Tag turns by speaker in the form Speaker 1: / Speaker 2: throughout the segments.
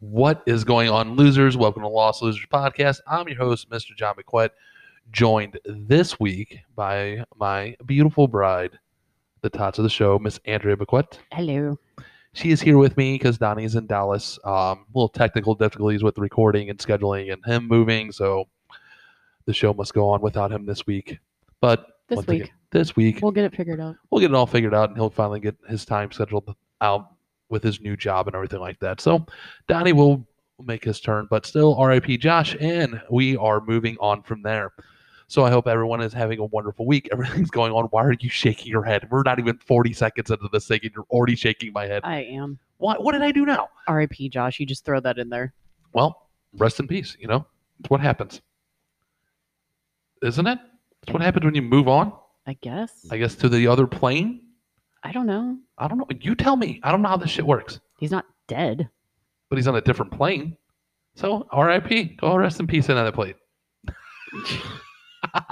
Speaker 1: What is going on, losers? Welcome to Lost Losers Podcast. I'm your host, Mr. John McQuett, joined this week by my beautiful bride, the tots of the show, Miss Andrea McQuett.
Speaker 2: Hello.
Speaker 1: She is here with me because Donnie's in Dallas. Um, little technical difficulties with recording and scheduling and him moving, so the show must go on without him this week. But
Speaker 2: This
Speaker 1: once
Speaker 2: week
Speaker 1: again, this week,
Speaker 2: we'll get it figured out.
Speaker 1: we'll get it all figured out and he'll finally get his time scheduled out with his new job and everything like that. So Donnie will make his turn, but still RIP Josh, and we are moving on from there. So I hope everyone is having a wonderful week. Everything's going on. Why are you shaking your head? We're not even 40 seconds into this thing and you're already shaking my head.
Speaker 2: I am.
Speaker 1: What what did I do now?
Speaker 2: R.I.P. Josh. You just throw that in there.
Speaker 1: Well, rest in peace, you know? It's what happens. Isn't it? It's what happens when you move on,
Speaker 2: I guess.
Speaker 1: I guess, to the other plane.
Speaker 2: I don't know.
Speaker 1: I don't know. You tell me. I don't know how this shit works.
Speaker 2: He's not dead.
Speaker 1: but he's on a different plane. So R.I.P. Go rest in peace another plane.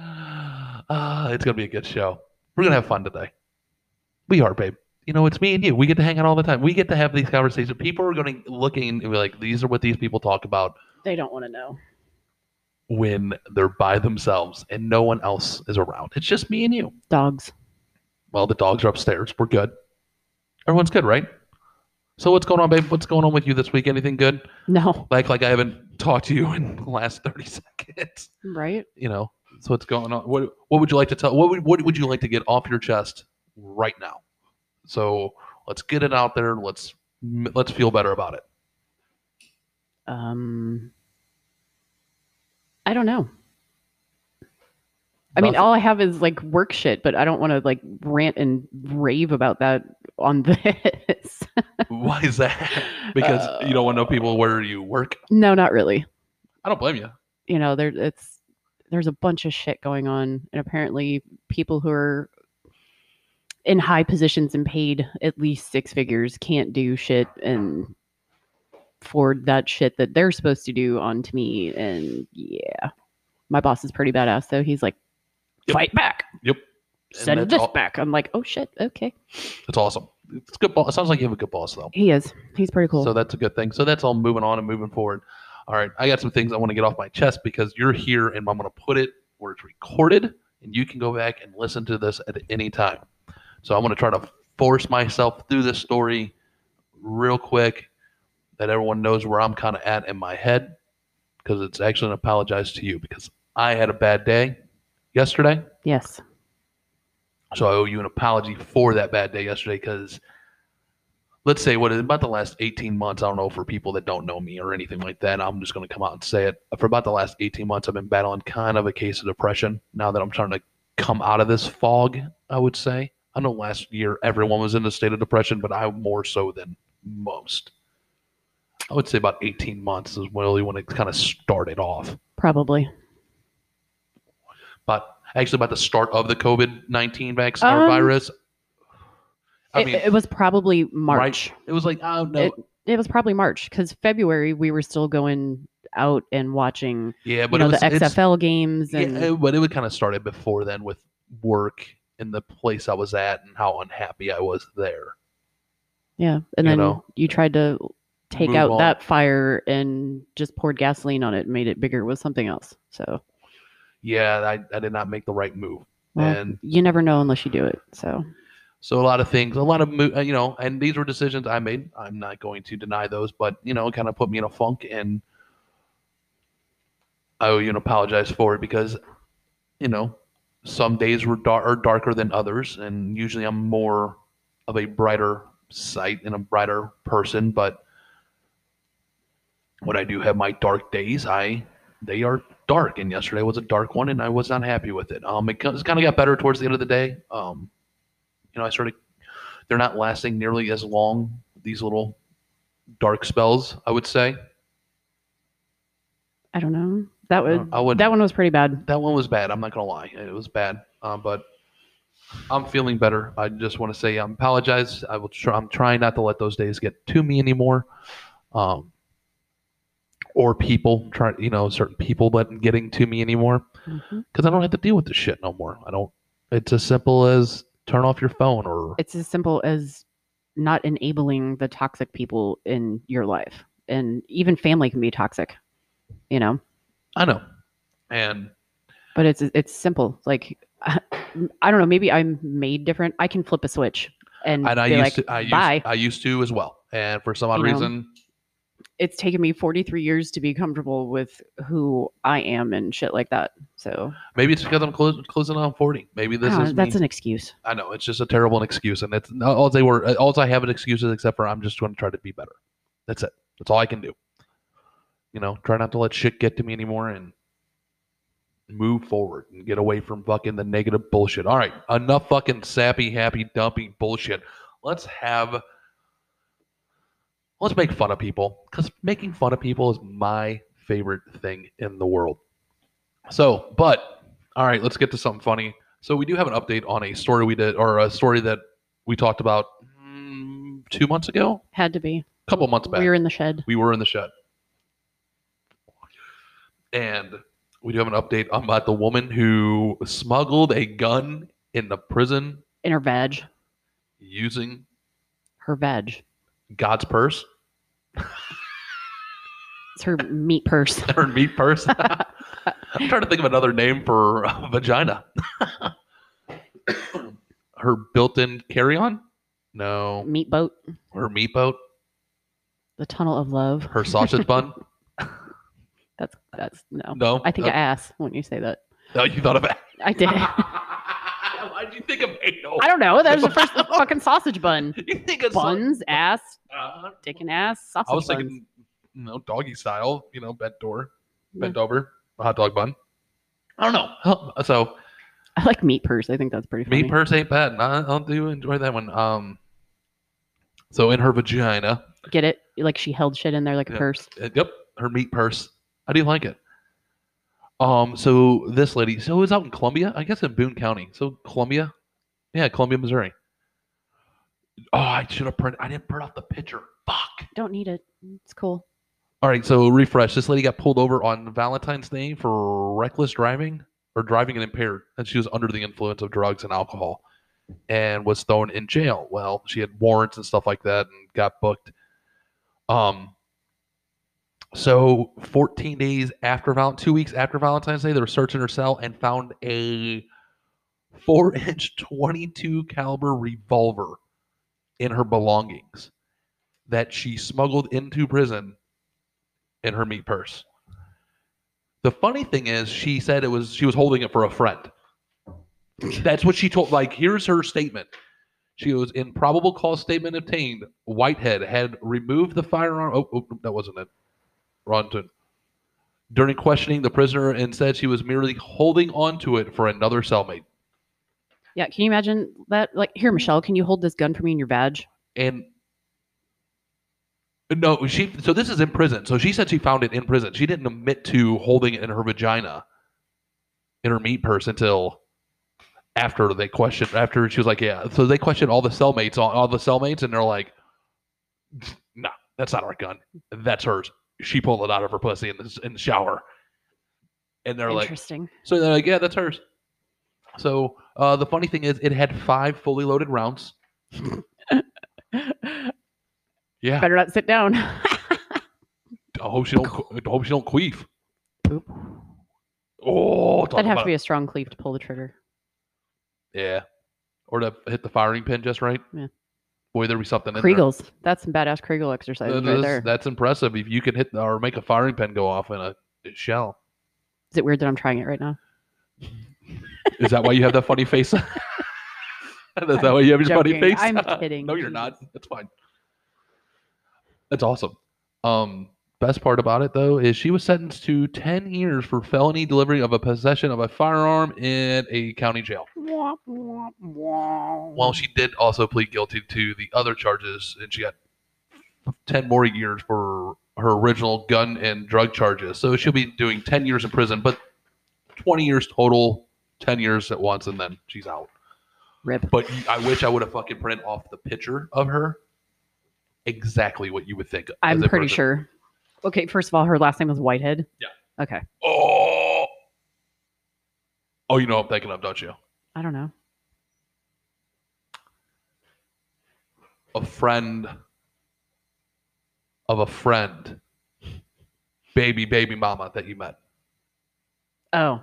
Speaker 1: Ah, it's gonna be a good show. We're gonna have fun today. We are, babe. You know, it's me and you. We get to hang out all the time. We get to have these conversations. People are going to looking and be like, "These are what these people talk about
Speaker 2: They don't want to know.
Speaker 1: when they're by themselves and no one else is around." It's just me and you.
Speaker 2: Dogs.
Speaker 1: Well, the dogs are upstairs. We're good. Everyone's good, right? So what's going on, babe? What's going on with you this week? Anything good?
Speaker 2: No.
Speaker 1: Like like I haven't talked to you in the last thirty seconds.
Speaker 2: Right?
Speaker 1: You know. So what's going on? What what would you like to tell what would what would you like to get off your chest right now? So let's get it out there. Let's let's feel better about it.
Speaker 2: Um. I don't know. I mean,
Speaker 1: Nothing.
Speaker 2: all I have is like work shit, but I don't want to like rant and rave about that on this.
Speaker 1: Why is that? Because you don't want to know people where you work.
Speaker 2: no, not really.
Speaker 1: I don't blame you.
Speaker 2: you know there it's there's a bunch of shit going on and apparently people who are in high positions and paid at least six figures can't do shit and forward that shit that they're supposed to do onto me and yeah my boss is pretty badass though he's like
Speaker 1: Yep.
Speaker 2: fight back
Speaker 1: Yep. And
Speaker 2: send
Speaker 1: that's
Speaker 2: this
Speaker 1: all-
Speaker 2: back i'm like oh shit okay
Speaker 1: It's awesome. It's good. Boss. It sounds like you have a good boss though.
Speaker 2: he is he's pretty cool
Speaker 1: So that's a good thing. So that's all moving on and moving forward. All right, I got some things I want to get off my chest because you're here and I'm going to put it where it's recorded and you can go back and listen to this at any time. So I'm going to try to force myself through this story real quick that everyone knows where I'm kind of at in my head because it's actually an apologize to you because I had a bad day yesterday.
Speaker 2: yes
Speaker 1: So I owe you an apology for that bad day yesterday because let's say what about the last 18 months, I don't know for people that don't know me or anything like that, I'm just going to come out and say it. For about the last 18 months, I've been battling kind of a case of depression now that I'm trying to come out of this fog, I would say. I know last year everyone was in a state of depression, but I more so than most. I would say about 18 months is really when it kind of started off
Speaker 2: probably
Speaker 1: but actually about the start of the COVID nineteen vaccine
Speaker 2: Um,
Speaker 1: or virus. I
Speaker 2: It-
Speaker 1: mean,
Speaker 2: it,
Speaker 1: it,
Speaker 2: was probably march
Speaker 1: was like oh no,
Speaker 2: it- it was probably March because February we were still going out and watching
Speaker 1: yeah, but
Speaker 2: you know,
Speaker 1: it was
Speaker 2: the
Speaker 1: it's-
Speaker 2: XFL games
Speaker 1: yeah,
Speaker 2: and
Speaker 1: it- but it would kind of started before then with work and the place I was at and how unhappy I was there.
Speaker 2: yeah, and
Speaker 1: you
Speaker 2: then
Speaker 1: know,
Speaker 2: you tried to take
Speaker 1: move
Speaker 2: out
Speaker 1: on.
Speaker 2: that fire and just poured gasoline on it and made it bigger with something else. So
Speaker 1: Yeah, I, I did not make the right move.
Speaker 2: well,
Speaker 1: And-
Speaker 2: you never know unless you do it. So
Speaker 1: So a lot of things, a lot of mo- uh, you know, and these were decisions I made. I'm not going to deny those, but you know, it kind of put me in a funk, and I owe you an apologize for it because, you know, some days were dar- are darker than others, and usually I'm more of a brighter sight and a brighter person, but when I do have my dark days, I they are dark, and yesterday was a dark one, and I was not happy with it. Um, it kind of got better towards the end of the day. Um, you know, I started, they're not lasting nearly as long, these little dark spells, I would say.
Speaker 2: I don't know. That would
Speaker 1: I would,
Speaker 2: that one was pretty bad.
Speaker 1: that one was bad. I'm not going to lie. It was bad. Um, but I'm feeling better. I just want to say I apologize. I will try, I'm trying not to let those days get to me anymore. Um, or people trying, you know, certain people, but getting to me anymore.
Speaker 2: Mhm.
Speaker 1: because I don't have to deal with this shit no more. I don't. It's as simple as turn off your phone or
Speaker 2: It's as simple as not enabling the toxic people in your life. And even family can be toxic, you know.
Speaker 1: I know. And
Speaker 2: But it's it's simple. Like I don't know, maybe I'm made different. I can flip a switch and,
Speaker 1: and I
Speaker 2: be
Speaker 1: used
Speaker 2: like,
Speaker 1: to I used
Speaker 2: "Bye."
Speaker 1: I used to as well. And for some odd
Speaker 2: You know.
Speaker 1: reason,
Speaker 2: it's taken me 43 years to be comfortable with who I am and shit like that. So
Speaker 1: maybe it's because I'm close, closing on 40. Maybe this
Speaker 2: ah,
Speaker 1: is
Speaker 2: that's
Speaker 1: me.
Speaker 2: an excuse.
Speaker 1: I know it's just a terrible excuse, and it's not all they were. uh, All I have an excuse is except for I'm just going to try to be better. That's it. That's all I can do. You know, try not to let shit get to me anymore, and move forward and get away from fucking the negative bullshit. All right, enough fucking sappy, happy, dumpy bullshit. Let's have. Let's make fun of people because making fun of people is my favorite thing in the world. So, but all right, let's get to something funny. So we do have an update on a story we did, or a story that we talked about mm, two months ago,
Speaker 2: Had to be.
Speaker 1: a couple months back.
Speaker 2: We were in the shed.
Speaker 1: We were in the shed, and we do have an update about the woman who smuggled a gun in the prison
Speaker 2: In her veg.
Speaker 1: using
Speaker 2: Her veg.
Speaker 1: God's purse,
Speaker 2: It's her meat purse.
Speaker 1: her meat purse. I'm trying to think of another name for a vagina. her built-in carry-on? No,
Speaker 2: meat boat.
Speaker 1: her meat boat,
Speaker 2: The tunnel of love.
Speaker 1: her sausage bun.
Speaker 2: That's that's no.
Speaker 1: No,
Speaker 2: I think
Speaker 1: Uh,
Speaker 2: I asked when you say that.
Speaker 1: No, you thought of it.
Speaker 2: I did. I
Speaker 1: Why did you think of anal?
Speaker 2: don't know. That was the first fucking sausage bun.
Speaker 1: You think of some-
Speaker 2: Buns, ass,
Speaker 1: Uh,
Speaker 2: dick and ass, sausage
Speaker 1: I was
Speaker 2: buns.
Speaker 1: thinking, you know, doggy style. You know, bent door,
Speaker 2: Yeah.
Speaker 1: bent over, a hot dog bun. I don't know. Uh, So
Speaker 2: I like meat purse. I think that's pretty funny.
Speaker 1: meat purse ain't bad. and I, I do enjoy that one. Um, so in her vagina,
Speaker 2: Get it? Like she held shit in there like a
Speaker 1: Yeah.
Speaker 2: purse.
Speaker 1: Uh, Yep, her meat purse. How do you like it? Um, so this lady, so it was out in Columbia, I guess in Boone County. So Columbia, yeah, Columbia, Missouri. Oh, I should have printed. I didn't print out the picture. Fuck.
Speaker 2: Don't need it. It's cool.
Speaker 1: All right, so refresh. This lady got pulled over on Valentine's Day for reckless driving or driving and impaired, and she was under the influence of drugs and alcohol, and was thrown in jail. Well, she had warrants and stuff like that, and got booked. Um. So, 14 days after Val, two weeks after Valentine's Day, they were searching her cell and found a four-inch 22 caliber revolver in her belongings that she smuggled into prison in her meat purse. The funny thing is, she said it was she was holding it for a friend. That's what she told. Like, here's her statement. She goes, in probable cause statement obtained, Whitehead had removed the firearm. Oh, oh that wasn't it. Wrong tune. During questioning the prisoner, and said she was merely holding onto it for another cellmate.
Speaker 2: Yeah. Can you imagine that? Like here, Michelle, can you hold this gun for me in your badge?
Speaker 1: and no she so this is in prison so she said she found it in prison she didn't admit to holding it in her vagina in her meat purse until after they questioned after she was like yeah so they questioned all the cellmates all, all the cellmates and they're like no that's not our gun that's hers she pulled it out of her pussy in the, in the shower and they're like
Speaker 2: Interesting.
Speaker 1: so they're like, yeah, that's hers. So uh, the funny thing is, it had five fully loaded rounds. yeah.
Speaker 2: Better not sit down.
Speaker 1: I hope she don't. qu- I hope she don't queef.
Speaker 2: Oop.
Speaker 1: Oh, talk
Speaker 2: That'd have
Speaker 1: about
Speaker 2: to be a strong cleave to pull the trigger.
Speaker 1: yeah. Or to hit the firing pin just right.
Speaker 2: Yeah.
Speaker 1: Boy, there'd be something. in there.
Speaker 2: Kriegels. That's some badass Kriegel exercises
Speaker 1: That
Speaker 2: right
Speaker 1: is-
Speaker 2: there. Is
Speaker 1: That's impressive. If you can hit or make a firing pin go off in a shell,
Speaker 2: it weird that I'm trying it right now?
Speaker 1: is that why you have that funny face? is that why you have your funny
Speaker 2: joking.
Speaker 1: face?
Speaker 2: I'm kidding.
Speaker 1: no, you're not.
Speaker 2: Jesus.
Speaker 1: That's fine. That's awesome. Um, best part about it though is she was sentenced to ten years for felony delivery of a possession of a firearm in a county jail. While she did also plead guilty to the other charges, and she got ten more years for her original gun and drug charges. So she'll be doing ten years in prison, but twenty years total, ten years at once, and then she's out.
Speaker 2: Rip.
Speaker 1: But you- I wish I would have fucking printed off the picture of her. Exactly what you would think. as
Speaker 2: I'm
Speaker 1: a
Speaker 2: pretty
Speaker 1: person.
Speaker 2: sure. Okay, first of all, her last name was Whitehead.
Speaker 1: Yeah.
Speaker 2: Okay.
Speaker 1: Oh. Oh, you know what I'm thinking of, don't you?
Speaker 2: I don't know.
Speaker 1: A a friend of a friend, baby, baby mama that you met.
Speaker 2: Oh,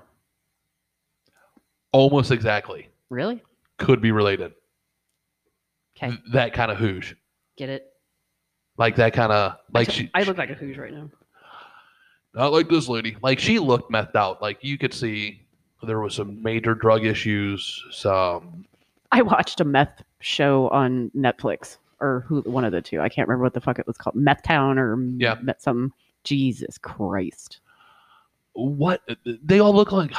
Speaker 1: Almost exactly.
Speaker 2: really?
Speaker 1: Could be related.
Speaker 2: Okay,
Speaker 1: Th- That kind of hoosh.
Speaker 2: get it.
Speaker 1: Like that kind of like she
Speaker 2: I look like a hooge right now.
Speaker 1: not like this lady. Like she looked methed out. Like you could see there was some major drug issues, some
Speaker 2: I watched a meth show on Netflix or who one of the two. I can't remember what the fuck it was called. Meth Town or
Speaker 1: Yeah.
Speaker 2: Meth something. Jesus Christ.
Speaker 1: what they all look like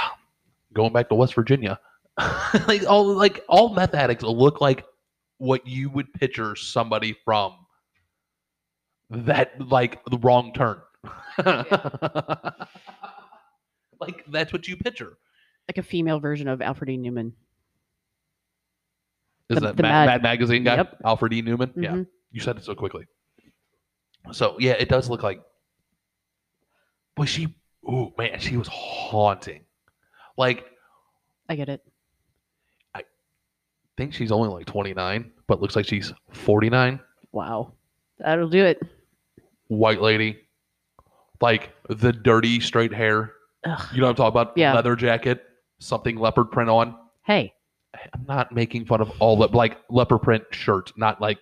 Speaker 1: going back to West Virginia. like all like all meth addicts look like what you would picture somebody from that like the wrong turn. like that's what you picture.
Speaker 2: Like a female version of Alfred E. Newman.
Speaker 1: Is
Speaker 2: The-
Speaker 1: that
Speaker 2: the
Speaker 1: Mad,
Speaker 2: Mad-
Speaker 1: Mad Magazine guy?
Speaker 2: Yep.
Speaker 1: Alfred E. Newman? Yeah.
Speaker 2: Mhm.
Speaker 1: You said it so quickly. So yeah, it does look like. But she, oh man, she was haunting. Like,
Speaker 2: I get it.
Speaker 1: I think she's only like 29, but looks like she's 49.
Speaker 2: Wow. That'll do it.
Speaker 1: White lady, like the dirty straight hair.
Speaker 2: Ugh.
Speaker 1: You know what I'm talking about?
Speaker 2: Yeah.
Speaker 1: Leather jacket, something leopard print on.
Speaker 2: Hey,
Speaker 1: I'm not making fun of all the like leopard print shirts, not like,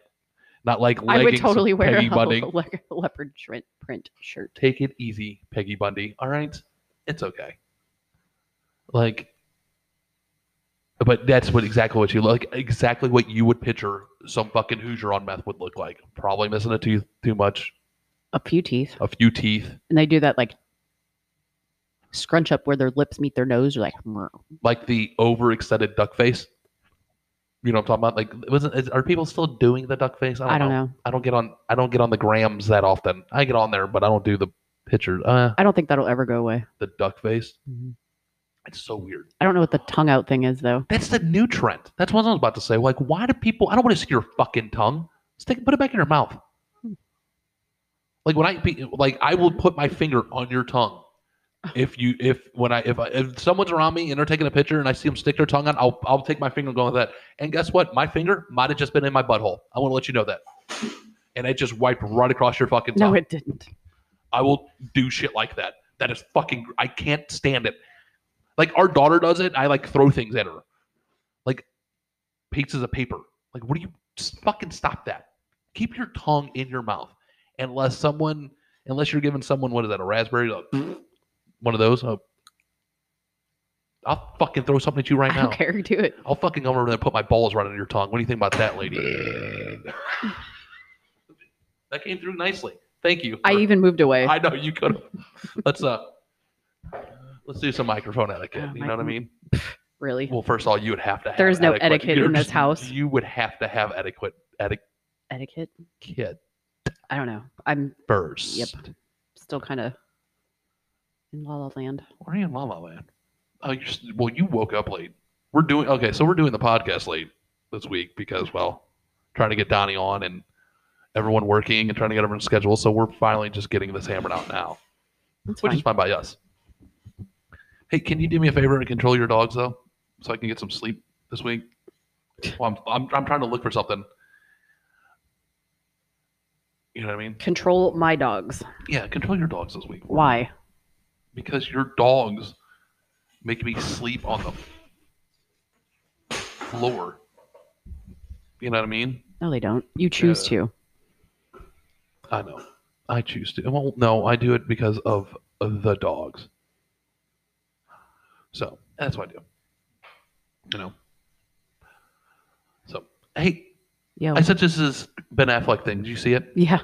Speaker 1: not like leggings.
Speaker 2: I would totally wear
Speaker 1: Peggy
Speaker 2: a
Speaker 1: Bundy.
Speaker 2: le- leopard print, print shirt.
Speaker 1: take it easy, Peggy Bundy. All right, it's okay. Like, but that's what exactly what you look exactly what you would picture some fucking Hoosier on meth would look like. Probably missing a tooth too much,
Speaker 2: A few teeth.
Speaker 1: a few teeth,
Speaker 2: And they do that like scrunch up where their lips meet their nose. You're like, "Mrr."
Speaker 1: like the overextended duck face. You know what I'm talking about? Like, wasn't is, are people still doing the duck face?
Speaker 2: I don't know.
Speaker 1: I don't get on. I don't get on the grams that often. I get on there, but I don't do the pictures. Uh,
Speaker 2: I don't think that'll ever go away.
Speaker 1: the duck face.
Speaker 2: Mhm.
Speaker 1: It's so weird.
Speaker 2: I don't know what the tongue out thing is though.
Speaker 1: That's the new trend. That's what I was about to say. Like, why do people? I don't want to see your fucking tongue. Stick, put it back in your mouth.
Speaker 2: Hmm.
Speaker 1: Like when I be- like, I will put my finger on your tongue. If you if when I if I, if someone's around me and they're taking a picture and I see them stick their tongue on, I'll I'll take my finger and go like that. And guess what? My finger might have just been in my butthole. I want to let you know that. And it just wiped right across your fucking tongue.
Speaker 2: No, it didn't.
Speaker 1: I will do shit like that. That is fucking. I can't stand it. Like our daughter does it. I like throw things at her, like pieces of paper. Like, what do you just fucking stop that? Keep your tongue in your mouth, unless someone, unless you're giving someone what is that a raspberry, like, one of those. Oh, I'll fucking throw something at you right
Speaker 2: I
Speaker 1: now.
Speaker 2: don't care. Do it.
Speaker 1: I'll fucking come over there and put my balls right under your tongue. What do you think about that, lady? that came through nicely. Thank you.
Speaker 2: I
Speaker 1: for-
Speaker 2: even moved away.
Speaker 1: I know you could. Let's uh, let's do some microphone etiquette.
Speaker 2: Oh,
Speaker 1: you
Speaker 2: my-
Speaker 1: know what I mean?
Speaker 2: really?
Speaker 1: Well, first of all, you would have to. Have
Speaker 2: There is no etiquette
Speaker 1: You're
Speaker 2: in this house.
Speaker 1: You would have to have adequate
Speaker 2: Etiquette?
Speaker 1: etiquette
Speaker 2: I don't know. I'm
Speaker 1: first.
Speaker 2: still kind of in La La Land.
Speaker 1: Where are you in La La Land? Oh, you're s- well. You woke up late. We're doing okay. So we're doing the podcast late this week because well, trying to get Donnie on and everyone working and trying to get everyone's schedule. So we're finally just getting this hammered out now,
Speaker 2: That's
Speaker 1: which
Speaker 2: fine.
Speaker 1: is fine by us. Hey, can you do me a favor and control your dogs though, so I can get some sleep this week? Well, I'm I'm, I'm trying to look for something. You know what I mean?
Speaker 2: Control my dogs.
Speaker 1: Yeah, control your dogs this week
Speaker 2: Why?
Speaker 1: because your dogs make me sleep on the floor. You know what I mean?
Speaker 2: No, they don't. You choose
Speaker 1: Yeah.
Speaker 2: to.
Speaker 1: I know. I choose to. Well, no, I do it because of the dogs. So that's what I do. You know. So hey,
Speaker 2: Yeah.
Speaker 1: I said this is Ben Affleck thing. Did you see it?
Speaker 2: yeah.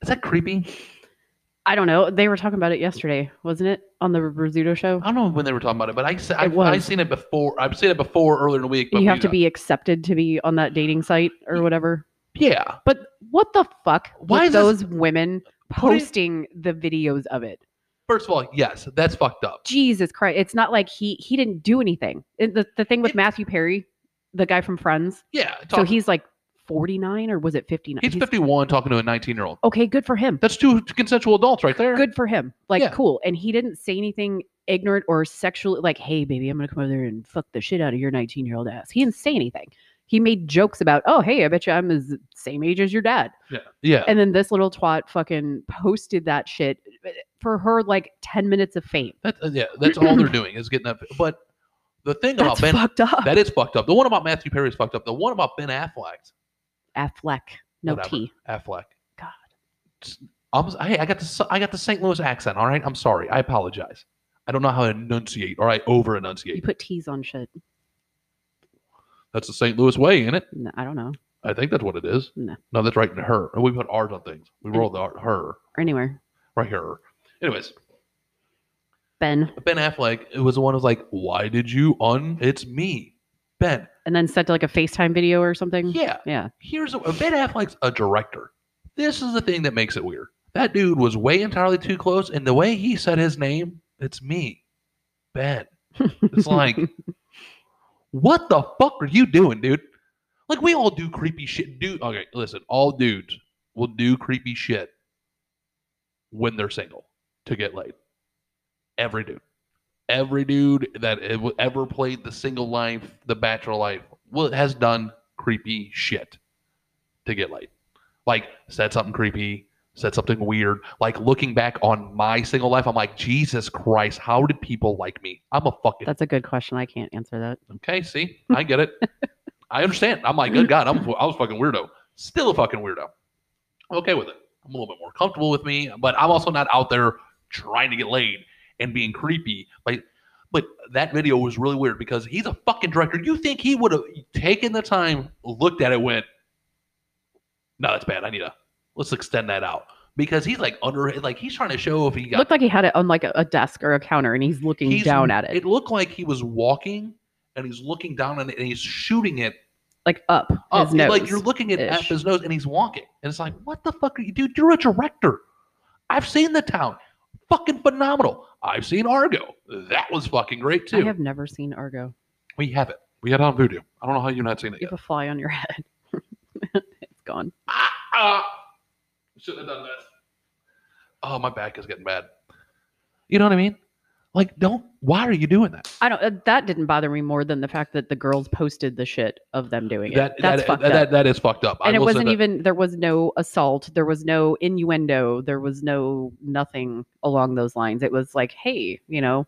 Speaker 1: Is that creepy?
Speaker 2: I don't know. They were talking about it yesterday, wasn't it? On the Rizzuto show?
Speaker 1: I don't know when they were talking about it, but I se- I,
Speaker 2: It was.
Speaker 1: I seen it before. I've seen it before earlier in the week. But
Speaker 2: You
Speaker 1: we-
Speaker 2: have to be accepted to be on that dating site or whatever.
Speaker 1: yeah.
Speaker 2: But what the fuck?
Speaker 1: Why
Speaker 2: with
Speaker 1: is this-
Speaker 2: those women
Speaker 1: What is-
Speaker 2: posting the videos of it?
Speaker 1: First of all, yes, that's fucked up.
Speaker 2: Jesus Christ! It's not like he he didn't do anything. It- the the thing with
Speaker 1: It-
Speaker 2: Matthew Perry, the guy from Friends,
Speaker 1: Yeah.
Speaker 2: So
Speaker 1: talk-
Speaker 2: he's like 49 or was it 59?
Speaker 1: he's 51 talking to a 19 year old.
Speaker 2: Okay, good for him.
Speaker 1: That's two consensual adults right there.
Speaker 2: Good for him. Like
Speaker 1: Yeah.
Speaker 2: cool. And he didn't say anything ignorant or sexually like, "Hey baby, I'm going to come over there and fuck the shit out of your 19-year-old ass." He didn't say anything. He made jokes about, oh, hey, I bet you I'm the same age as your dad.
Speaker 1: Yeah. Yeah.
Speaker 2: And then this little twat fucking posted that shit eh, for her like 10 minutes of fame.
Speaker 1: That, uh, yeah. That's all they're doing is getting that. But the thing about
Speaker 2: That's
Speaker 1: Ben,
Speaker 2: fucked up.
Speaker 1: that is fucked up. The one about Matthew Perry is fucked up. The one about Ben Affleck's
Speaker 2: Affleck, no
Speaker 1: Whatever.
Speaker 2: T.
Speaker 1: Affleck.
Speaker 2: God.
Speaker 1: I'm, hey, I got the Sa- I got the St. Louis accent. All right, I'm sorry. I apologize. I don't know how to enunciate, or I over
Speaker 2: You
Speaker 1: enunciate.
Speaker 2: put T's on shit.
Speaker 1: That's the St. Louis way, ain't it?
Speaker 2: No, I don't know.
Speaker 1: I think that's what it is.
Speaker 2: No.
Speaker 1: no, that's right. Her. We put R's on things. We
Speaker 2: Mm.
Speaker 1: roll the R, her
Speaker 2: Or anywhere.
Speaker 1: right here. Anyways,
Speaker 2: Ben.
Speaker 1: Ben Affleck it was the one who was like, "Why did you un? It's me, Ben."
Speaker 2: And then sent like a FaceTime video or something.
Speaker 1: Yeah,
Speaker 2: Yeah.
Speaker 1: here's a, Ben Affleck's a director. This is the thing that makes it weird. That dude was way entirely too close, and the way he said his name, it's me, Ben. It's like, what the fuck are you doing, dude? Like we all do creepy shit, dude. Okay, listen, all dudes will do creepy shit when they're single to get laid. Every dude, every dude that ev- ever played the single life, the bachelor life, well, has done creepy shit to get laid. Like said something creepy, said something weird. Like looking back on my single life, I'm like, Jesus Christ, how did people like me? I'm a fucking
Speaker 2: That's a good question. I can't answer that.
Speaker 1: Okay, see, I get it. I understand. I'm like, good God, I'm I was a fucking weirdo. Still a fucking weirdo. I'm okay with it. I'm a little bit more comfortable with me, but I'm also not out there trying to get laid and being creepy. Like, but that video was really weird because he's a fucking director. You think he would have taken the time, looked at it, went, "No, that's bad. I need to let's extend that out." Because he's like under, like he's trying to show if he got
Speaker 2: Looked like he had it on like a, a desk or a counter and he's looking
Speaker 1: he's-
Speaker 2: down at it,
Speaker 1: It looked like he was walking and he's looking down at it and he's shooting it
Speaker 2: like up,
Speaker 1: up.
Speaker 2: his nose.
Speaker 1: Like you're looking at
Speaker 2: ish.
Speaker 1: F his nose and he's walking. And it's like, what the fuck are you dude? You're a director. I've seen the town. Fucking phenomenal. I've seen Argo. That was fucking great
Speaker 2: I
Speaker 1: too.
Speaker 2: have never seen Argo.
Speaker 1: we have it. We had it on Voodoo. I don't know how you're not seeing it
Speaker 2: You
Speaker 1: yet.
Speaker 2: have a fly on your head. it's gone.
Speaker 1: Ah, ah. Shouldn't have done that. Oh, my back is getting bad. You know what I mean? Like, don't. Why are you doing that?
Speaker 2: I don't. uh, That didn't bother me more than the fact that the girls posted the shit of them doing it.
Speaker 1: That
Speaker 2: That's
Speaker 1: that,
Speaker 2: fucked
Speaker 1: that,
Speaker 2: up.
Speaker 1: that is fucked up. I
Speaker 2: and it
Speaker 1: will say
Speaker 2: wasn't
Speaker 1: that-
Speaker 2: even. There was no assault. There was no innuendo. There was no nothing along those lines. It was like, hey, you know,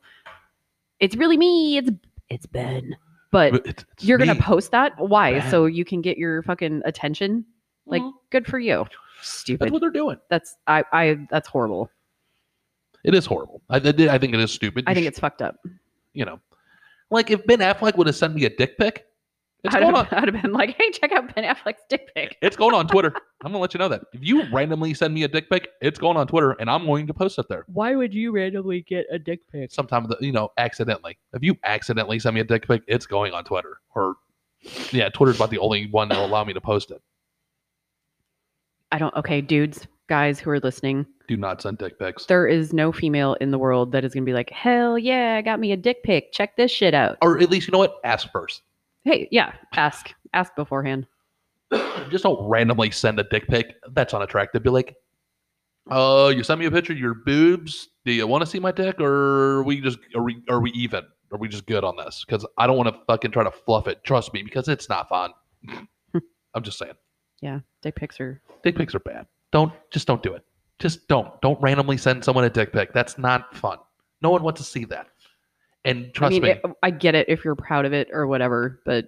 Speaker 2: it's really me. It's it's Ben. But
Speaker 1: but it's- it's
Speaker 2: you're gonna
Speaker 1: me.
Speaker 2: post that? Why?
Speaker 1: Ben.
Speaker 2: So you can get your fucking attention. Like,
Speaker 1: Mhm.
Speaker 2: good for you.
Speaker 1: That's
Speaker 2: Stupid.
Speaker 1: what they're doing.
Speaker 2: That's I. I. That's horrible.
Speaker 1: It is horrible. I, I did- I think it is stupid.
Speaker 2: I
Speaker 1: You
Speaker 2: think
Speaker 1: sh-
Speaker 2: it's fucked up.
Speaker 1: you know, like if Ben Affleck would have sent me a dick pic, it's
Speaker 2: I'd
Speaker 1: going
Speaker 2: have,
Speaker 1: on.
Speaker 2: I'd have been like, hey, check out Ben Affleck's dick pic.
Speaker 1: It's going on Twitter. I'm gonna let you know that if you randomly send me a dick pic, it's going on Twitter, and I'm going to post it there.
Speaker 2: Why would you randomly get a dick pic?
Speaker 1: Sometime you know, accidentally. If you accidentally send me a dick pic, it's going on Twitter. Or yeah, Twitter's about the only one that'll allow me to post it.
Speaker 2: I don't. Okay, dudes, guys who are listening,
Speaker 1: Do not send dick pics.
Speaker 2: there is no female in the world that is going to be like, hell yeah, I got me a dick pic. Check this shit out.
Speaker 1: Or at least you know what? Ask first.
Speaker 2: Hey, yeah, ask, ask beforehand.
Speaker 1: Just don't randomly send a dick pic. That's unattractive. Be like, uh, you sent me a picture of your boobs. Do you want to see my dick, or are we just are we are we even? Are we just good on this? Because I don't want to fucking try to fluff it. Trust me, because it's not fun. I'm just saying,
Speaker 2: Yeah, dick pics are.
Speaker 1: dick pics are bad. Don't just don't do it. Just don't don't randomly send someone a dick pic. That's not fun. No one wants to see that. And trust
Speaker 2: I mean,
Speaker 1: me,
Speaker 2: it- I get it if you're proud of it or whatever, but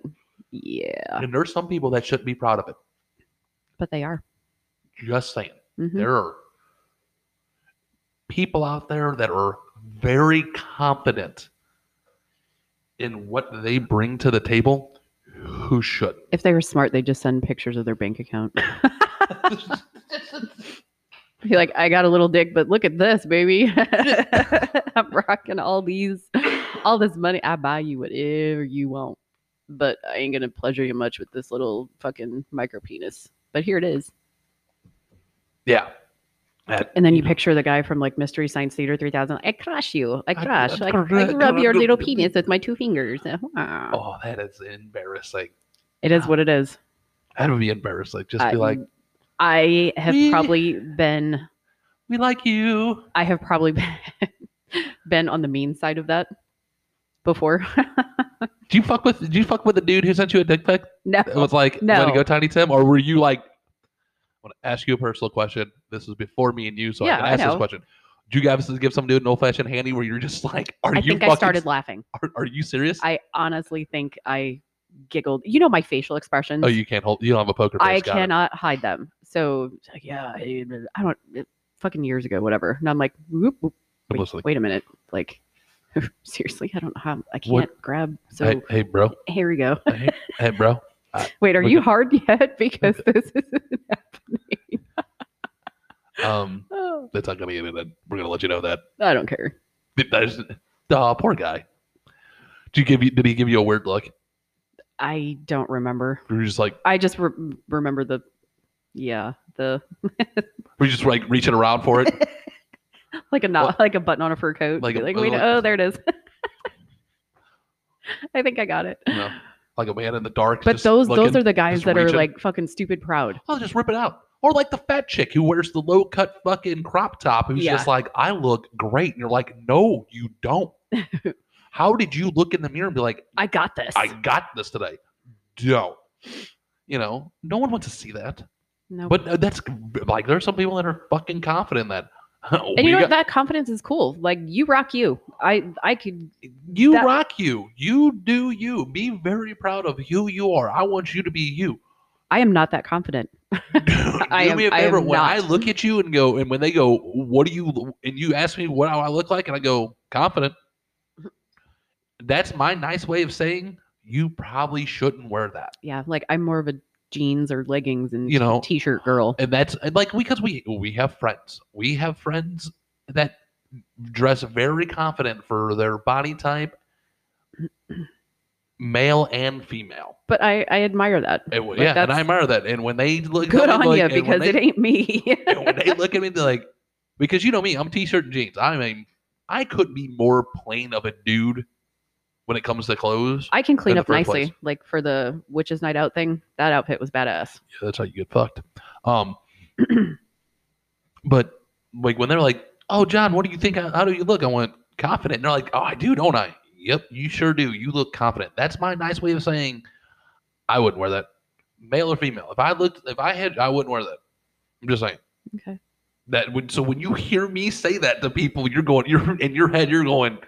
Speaker 2: yeah,
Speaker 1: and there's some people that shouldn't be proud of it.
Speaker 2: but they are.
Speaker 1: Just saying.
Speaker 2: Mhm.
Speaker 1: There are people out there that are very confident in what they bring to the table who should.
Speaker 2: If they were smart, they'd just send pictures of their bank account. Be like, I got a little dick, but look at this, baby. I'm rocking all these, all this money. I buy you whatever you want, but I ain't gonna pleasure you much with this little fucking micro penis. But here it is.
Speaker 1: yeah. That-
Speaker 2: And then you picture the guy from like Mystery Science Theater 3000. I crush you. I
Speaker 1: I-
Speaker 2: crush. I,
Speaker 1: I-
Speaker 2: I rub your little penis with my two fingers. Ah.
Speaker 1: oh, that is embarrassing.
Speaker 2: It is what it is.
Speaker 1: That would be embarrassing. Just
Speaker 2: I-
Speaker 1: be like,
Speaker 2: I have
Speaker 1: We-
Speaker 2: probably been
Speaker 1: we like you.
Speaker 2: I have probably been, been on the mean side of that before.
Speaker 1: Do you fuck with? Do you fuck with the dude who sent you a dick pic?
Speaker 2: no.
Speaker 1: It was like, "Way
Speaker 2: No.
Speaker 1: to go, Tiny Tim," or were you like, "I want to ask you a personal question. This is before me and you, so
Speaker 2: Yeah,
Speaker 1: I can
Speaker 2: I
Speaker 1: ask this
Speaker 2: know.
Speaker 1: question." Do you guys give some dude an old fashioned handy where you're just like, "Are
Speaker 2: I
Speaker 1: you
Speaker 2: think
Speaker 1: fucking?
Speaker 2: I started laughing.
Speaker 1: are, are you serious?
Speaker 2: I honestly think I giggled. You know my facial expressions.
Speaker 1: oh, you can't hold. You don't have a poker face.
Speaker 2: I
Speaker 1: got it.
Speaker 2: cannot hide them. So it's like, yeah, I I don't. It, fucking years ago, whatever. And I'm like, whoop, whoop,
Speaker 1: I'm
Speaker 2: wait,
Speaker 1: listening.
Speaker 2: wait a minute, like. Seriously, I don't know how I can't
Speaker 1: What-
Speaker 2: grab. So
Speaker 1: Hey, hey, bro.
Speaker 2: here we go.
Speaker 1: hey, hey, bro.
Speaker 2: Wait, are
Speaker 1: we
Speaker 2: you
Speaker 1: got-
Speaker 2: hard yet? Because this isn't happening.
Speaker 1: Um,
Speaker 2: Oh,
Speaker 1: that's not gonna be it. and We're gonna let you know that.
Speaker 2: I don't care.
Speaker 1: That is, Aw, poor guy. Did you give you? Did he give you a weird look?
Speaker 2: I don't remember.
Speaker 1: Were you just like?
Speaker 2: I just re- remember the, yeah, the
Speaker 1: Were you just like reaching around for it?
Speaker 2: like a not
Speaker 1: What?
Speaker 2: like a button on a fur coat.
Speaker 1: Like
Speaker 2: Like,
Speaker 1: a-
Speaker 2: like
Speaker 1: uh,
Speaker 2: wait,
Speaker 1: like-
Speaker 2: oh, there it is. I think I got it.
Speaker 1: No. like a man in the dark.
Speaker 2: But
Speaker 1: just
Speaker 2: those
Speaker 1: looking?
Speaker 2: those are the guys
Speaker 1: just
Speaker 2: that are
Speaker 1: reaching.
Speaker 2: like fucking stupid proud.
Speaker 1: I'll just rip it out. Or like the fat chick who wears the low cut fucking crop top who's
Speaker 2: Yeah.
Speaker 1: just like, I look great. And you're like, no, you don't. How did you look in the mirror and be like,
Speaker 2: I got this.
Speaker 1: I got this today? Don't. You know, no one wants to see that.
Speaker 2: no.
Speaker 1: But uh, that's like, there are some people that are fucking confident in that.
Speaker 2: and
Speaker 1: We
Speaker 2: you know
Speaker 1: got-
Speaker 2: what? that confidence is cool. Like you rock you. I I could
Speaker 1: you
Speaker 2: that-
Speaker 1: rock you. You do you. Be very proud of who you are. I want you to be you.
Speaker 2: I am not that confident. I
Speaker 1: do
Speaker 2: am-
Speaker 1: me a
Speaker 2: I am
Speaker 1: favor when I
Speaker 2: not.
Speaker 1: look at you and go, and when they go, "What do you?" and you ask me what I look like, and I go, "Confident." That's my nice way of saying you probably shouldn't wear that.
Speaker 2: Yeah, like I'm more of a jeans or leggings and
Speaker 1: You know,
Speaker 2: t-shirt girl.
Speaker 1: and that's and like because we we have friends, we have friends that dress very confident for their body type, male and female.
Speaker 2: But I I admire that.
Speaker 1: And- yeah, and
Speaker 2: that's-
Speaker 1: I admire that. And when they look
Speaker 2: Good
Speaker 1: at me,
Speaker 2: on
Speaker 1: like-
Speaker 2: you
Speaker 1: and when
Speaker 2: because
Speaker 1: they-
Speaker 2: it ain't me.
Speaker 1: and when they look at me, they're like, because you know me, I'm t-shirt and jeans. I mean, I could be more plain of a dude when it comes to clothes.
Speaker 2: I can clean
Speaker 1: the
Speaker 2: up
Speaker 1: first
Speaker 2: nicely.
Speaker 1: place.
Speaker 2: Like for the witches night out thing, that outfit was badass.
Speaker 1: Yeah, that's how you get fucked. Um, but like when they're like, "Oh, John, what do you think? How do you look?" I went confident, and they're like, "Oh, I do, don't I?" Yep, you sure do. You look confident. That's my nice way of saying I wouldn't wear that, male or female. If I looked, if I had, I wouldn't wear that. I'm just saying.
Speaker 2: Okay.
Speaker 1: That would so when you hear me say that to people, you're going, you're in your head, you're going,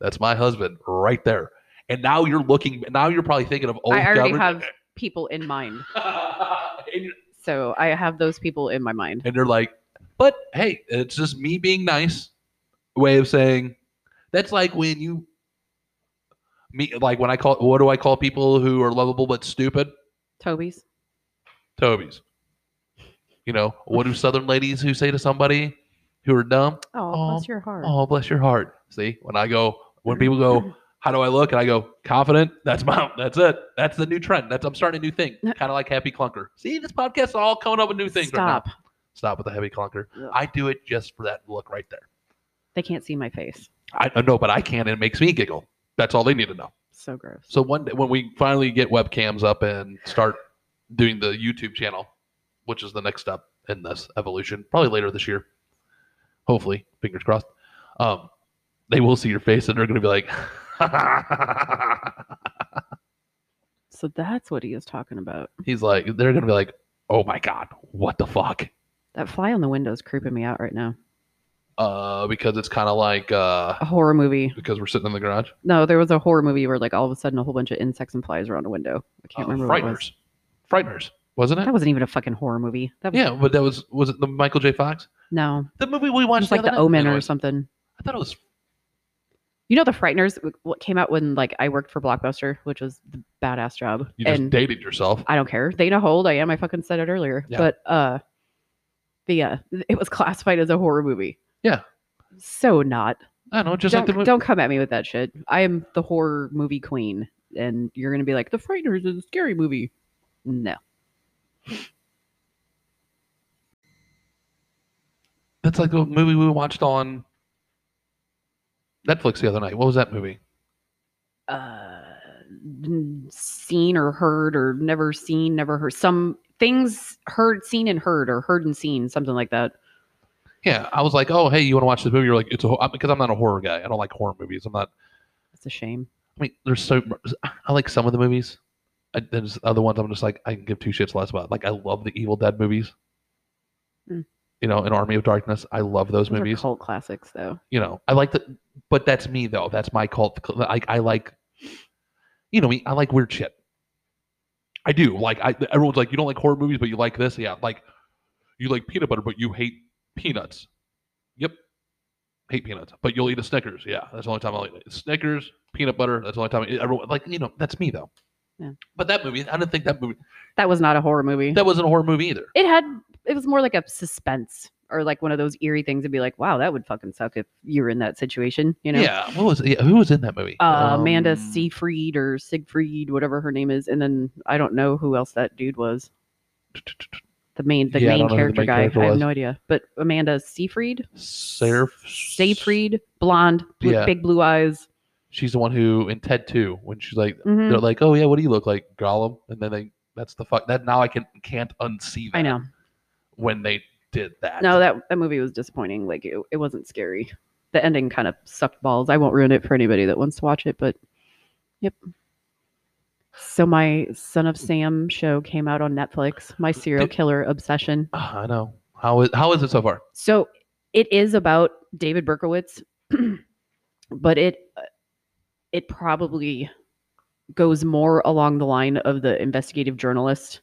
Speaker 1: "That's my husband right there." And now you're looking. Now you're probably thinking of. Oh,
Speaker 2: I already
Speaker 1: God,
Speaker 2: have people in mind.
Speaker 1: and you're
Speaker 2: So I have those people in my mind.
Speaker 1: and they're like, but hey, it's just me being nice. Way of saying that's like when you me like when I call what do I call people who are lovable but stupid?
Speaker 2: Toby's.
Speaker 1: Tobies. You know, what do southern ladies who say to somebody who are dumb?
Speaker 2: Oh,
Speaker 1: Aw,
Speaker 2: bless your heart.
Speaker 1: Oh, bless your heart. See, when I go, when people go, how do I look? And I go, confident. That's my, that's it. That's the new trend. That's, I'm starting a new thing. Kind of like Happy Clunker. See, this podcast is all coming up with new things right
Speaker 2: Stop.
Speaker 1: now. Stop with the Happy Clunker.
Speaker 2: Ugh.
Speaker 1: I do it just for that look right there.
Speaker 2: They can't see my face.
Speaker 1: I I know, but I can, and it makes me giggle. That's all they need to know.
Speaker 2: So gross.
Speaker 1: So one day, when we finally get webcams up and start doing the YouTube channel, which is the next step in this evolution, probably later this year, hopefully, fingers crossed. Um, they will see your face, and they're going to be like,
Speaker 2: So that's what he is talking about.
Speaker 1: he's like, they're going to be like, oh my god, what the fuck?
Speaker 2: That fly on the window is creeping me out right now.
Speaker 1: Uh, because it's kind of like uh,
Speaker 2: A horror movie.
Speaker 1: because we're sitting in the garage.
Speaker 2: No, there was a horror movie where like all of a sudden a whole bunch of insects and flies around a window. I can't
Speaker 1: Uh,
Speaker 2: remember what it was.
Speaker 1: Frighteners, Frighteners, wasn't it?
Speaker 2: That wasn't even a fucking horror movie. That was
Speaker 1: Yeah, but that was was it the Michael J. Fox?
Speaker 2: no.
Speaker 1: The movie we
Speaker 2: It
Speaker 1: watched
Speaker 2: was like
Speaker 1: other
Speaker 2: the
Speaker 1: night?
Speaker 2: Omen or
Speaker 1: Anyways,
Speaker 2: something.
Speaker 1: I thought it was
Speaker 2: You know the Frighteners w- what came out when like I worked for Blockbuster, which was the badass job.
Speaker 1: you just
Speaker 2: and
Speaker 1: dated yourself.
Speaker 2: I don't care. They know how old I am. I fucking said it earlier.
Speaker 1: Yeah.
Speaker 2: But uh the uh it was classified as a horror movie.
Speaker 1: Yeah.
Speaker 2: So not.
Speaker 1: I don't know, just
Speaker 2: don't,
Speaker 1: like the movie.
Speaker 2: don't come at me with that shit. I am the horror movie queen, and you're gonna be like, "The Frighteners is a scary movie." No,
Speaker 1: That's like the movie we watched on Netflix the other night. What was that movie?
Speaker 2: uh, n- seen or heard or never seen, never heard. Some things heard, seen, and heard, or heard and seen, something like that.
Speaker 1: Yeah, I was like, oh hey, you want to watch this movie? You're like, it's a because I'm not a horror guy. I don't like horror movies. I'm not.
Speaker 2: It's a shame.
Speaker 1: I mean, there's so I like some of the movies. I, there's other ones I'm just like I can give two shits less about. Like I love the Evil Dead movies.
Speaker 2: Mm.
Speaker 1: You know, an Army of Darkness. I love those,
Speaker 2: Those
Speaker 1: movies.
Speaker 2: are cult classics, though.
Speaker 1: You know, I like the, but that's me though. That's my cult. I I like, you know me. I like weird shit. I do like. I everyone's like you don't like horror movies, but you like this. Yeah, like you like peanut butter, but you hate peanuts. Yep, hate peanuts, but you'll eat a Snickers. Yeah, that's the only time I'll eat it. Snickers, peanut butter. That's the only time. I, everyone like you know that's me though.
Speaker 2: Yeah.
Speaker 1: But that movie, I didn't think that movie
Speaker 2: That was not a horror movie.
Speaker 1: that wasn't a horror movie either.
Speaker 2: it had it was more like a suspense or like one of those eerie things and be like, wow, that would fucking suck if you were in that situation, you know?
Speaker 1: Yeah, what was yeah, who was in that movie?
Speaker 2: Uh, Amanda
Speaker 1: Um,
Speaker 2: Seyfried or Siegfried, whatever her name is, and then I don't know who else that dude was. The main, the
Speaker 1: Yeah, I
Speaker 2: main
Speaker 1: don't know who the
Speaker 2: character
Speaker 1: main
Speaker 2: guy.
Speaker 1: character
Speaker 2: I have
Speaker 1: was.
Speaker 2: no idea. But Amanda Seyfried,
Speaker 1: Sarah
Speaker 2: Seyfried, blonde, blue,
Speaker 1: Yeah.
Speaker 2: big blue eyes.
Speaker 1: She's the one who in Ted Two when she's like
Speaker 2: Mhm.
Speaker 1: they're like oh yeah what do you look like Gollum and then they that's the fuck that now I can can't unsee that
Speaker 2: I know.
Speaker 1: when they did that
Speaker 2: No, that that movie was disappointing. Like it, it wasn't scary. The ending kind of sucked balls. I won't ruin it for anybody that wants to watch it, but yep. So my Son of Sam show came out on Netflix. My serial
Speaker 1: Did-
Speaker 2: killer obsession.
Speaker 1: Ah, I know how is how is it so far
Speaker 2: So it is about David Berkowitz, but it uh, it probably goes more along the line of the investigative journalist.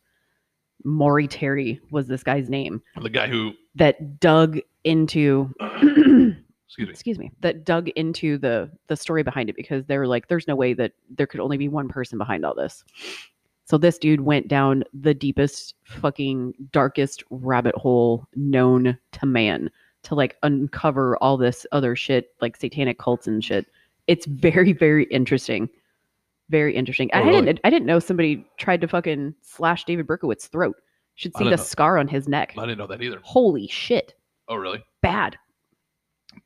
Speaker 2: Maury Terry was this guy's name
Speaker 1: the guy who
Speaker 2: that dug into
Speaker 1: excuse me
Speaker 2: excuse me that dug into the the story behind it because they were like there's no way that there could only be one person behind all this so this dude went down the deepest fucking darkest rabbit hole known to man to like uncover all this other shit like satanic cults and shit it's very very interesting very interesting
Speaker 1: Oh,
Speaker 2: i
Speaker 1: really?
Speaker 2: didn't i didn't know somebody tried to fucking slash david berkowitz's throat should
Speaker 1: I
Speaker 2: see the
Speaker 1: didn't know.
Speaker 2: scar on his neck
Speaker 1: I didn't know that either
Speaker 2: holy shit
Speaker 1: oh really
Speaker 2: bad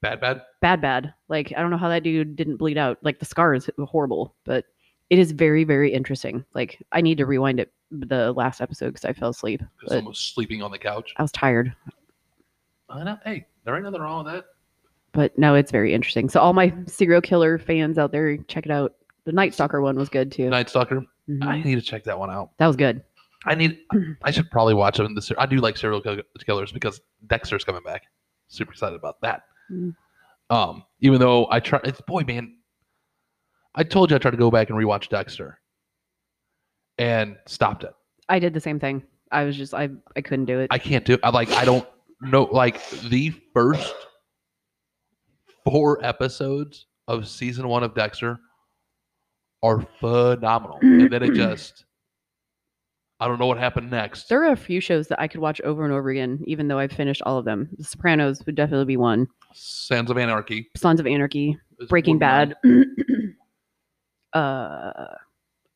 Speaker 1: bad bad
Speaker 2: bad bad like i don't know how that dude didn't bleed out like the scar is horrible but it is very very interesting like i need to rewind it the last episode because i fell asleep
Speaker 1: because
Speaker 2: Uh,
Speaker 1: someone was sleeping on the couch
Speaker 2: i was tired
Speaker 1: I know hey there ain't nothing wrong with that
Speaker 2: but no it's very interesting so all my serial killer fans out there check it out the night stalker one was good too
Speaker 1: Night Stalker
Speaker 2: Mhm.
Speaker 1: I need to check that one out
Speaker 2: that was good
Speaker 1: I need. I should probably watch them. in The ser- I do like serial kill- killers because Dexter's coming back. Super excited about that.
Speaker 2: Mm.
Speaker 1: Um, even though I try, it's boy, man. I told you I tried to go back and rewatch Dexter, and stopped it.
Speaker 2: i did the same thing i was just i i couldn't do it
Speaker 1: I can't do. I like. I don't know. Like the first four episodes of season one of Dexter are phenomenal, and then it just. I don't know what happened next.
Speaker 2: there are a few shows that i could watch over and over again even though i've finished all of them the sopranos would definitely be one
Speaker 1: Sons of Anarchy.
Speaker 2: sons of anarchy
Speaker 1: is
Speaker 2: Breaking
Speaker 1: one that I-
Speaker 2: Bad. uh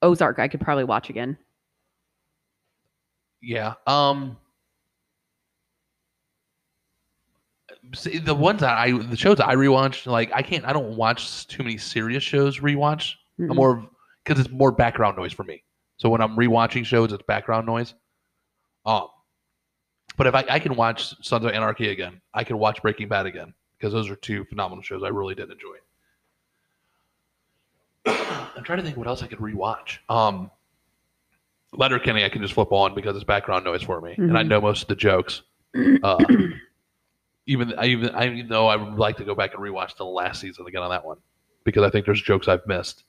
Speaker 2: Ozark I could probably watch again.
Speaker 1: Yeah. Um. See, the ones that I the shows I rewatched, like I can't, I don't watch s- too many serious shows rewatch.
Speaker 2: Mm-mm.
Speaker 1: I'm more because it's more background noise for me. So when I'm rewatching shows, it's background noise. Um, but if I, I can watch Sons of Anarchy again, I can watch Breaking Bad again because those are two phenomenal shows. I really did enjoy. I'm trying to think what else I could rewatch. Um, Letterkenny, I can just flip on because it's background noise for me, and I
Speaker 2: Mhm.
Speaker 1: know most of the jokes. Uh, even I even I even though I would like to go back and rewatch the last season again on that one because I think there's jokes I've missed.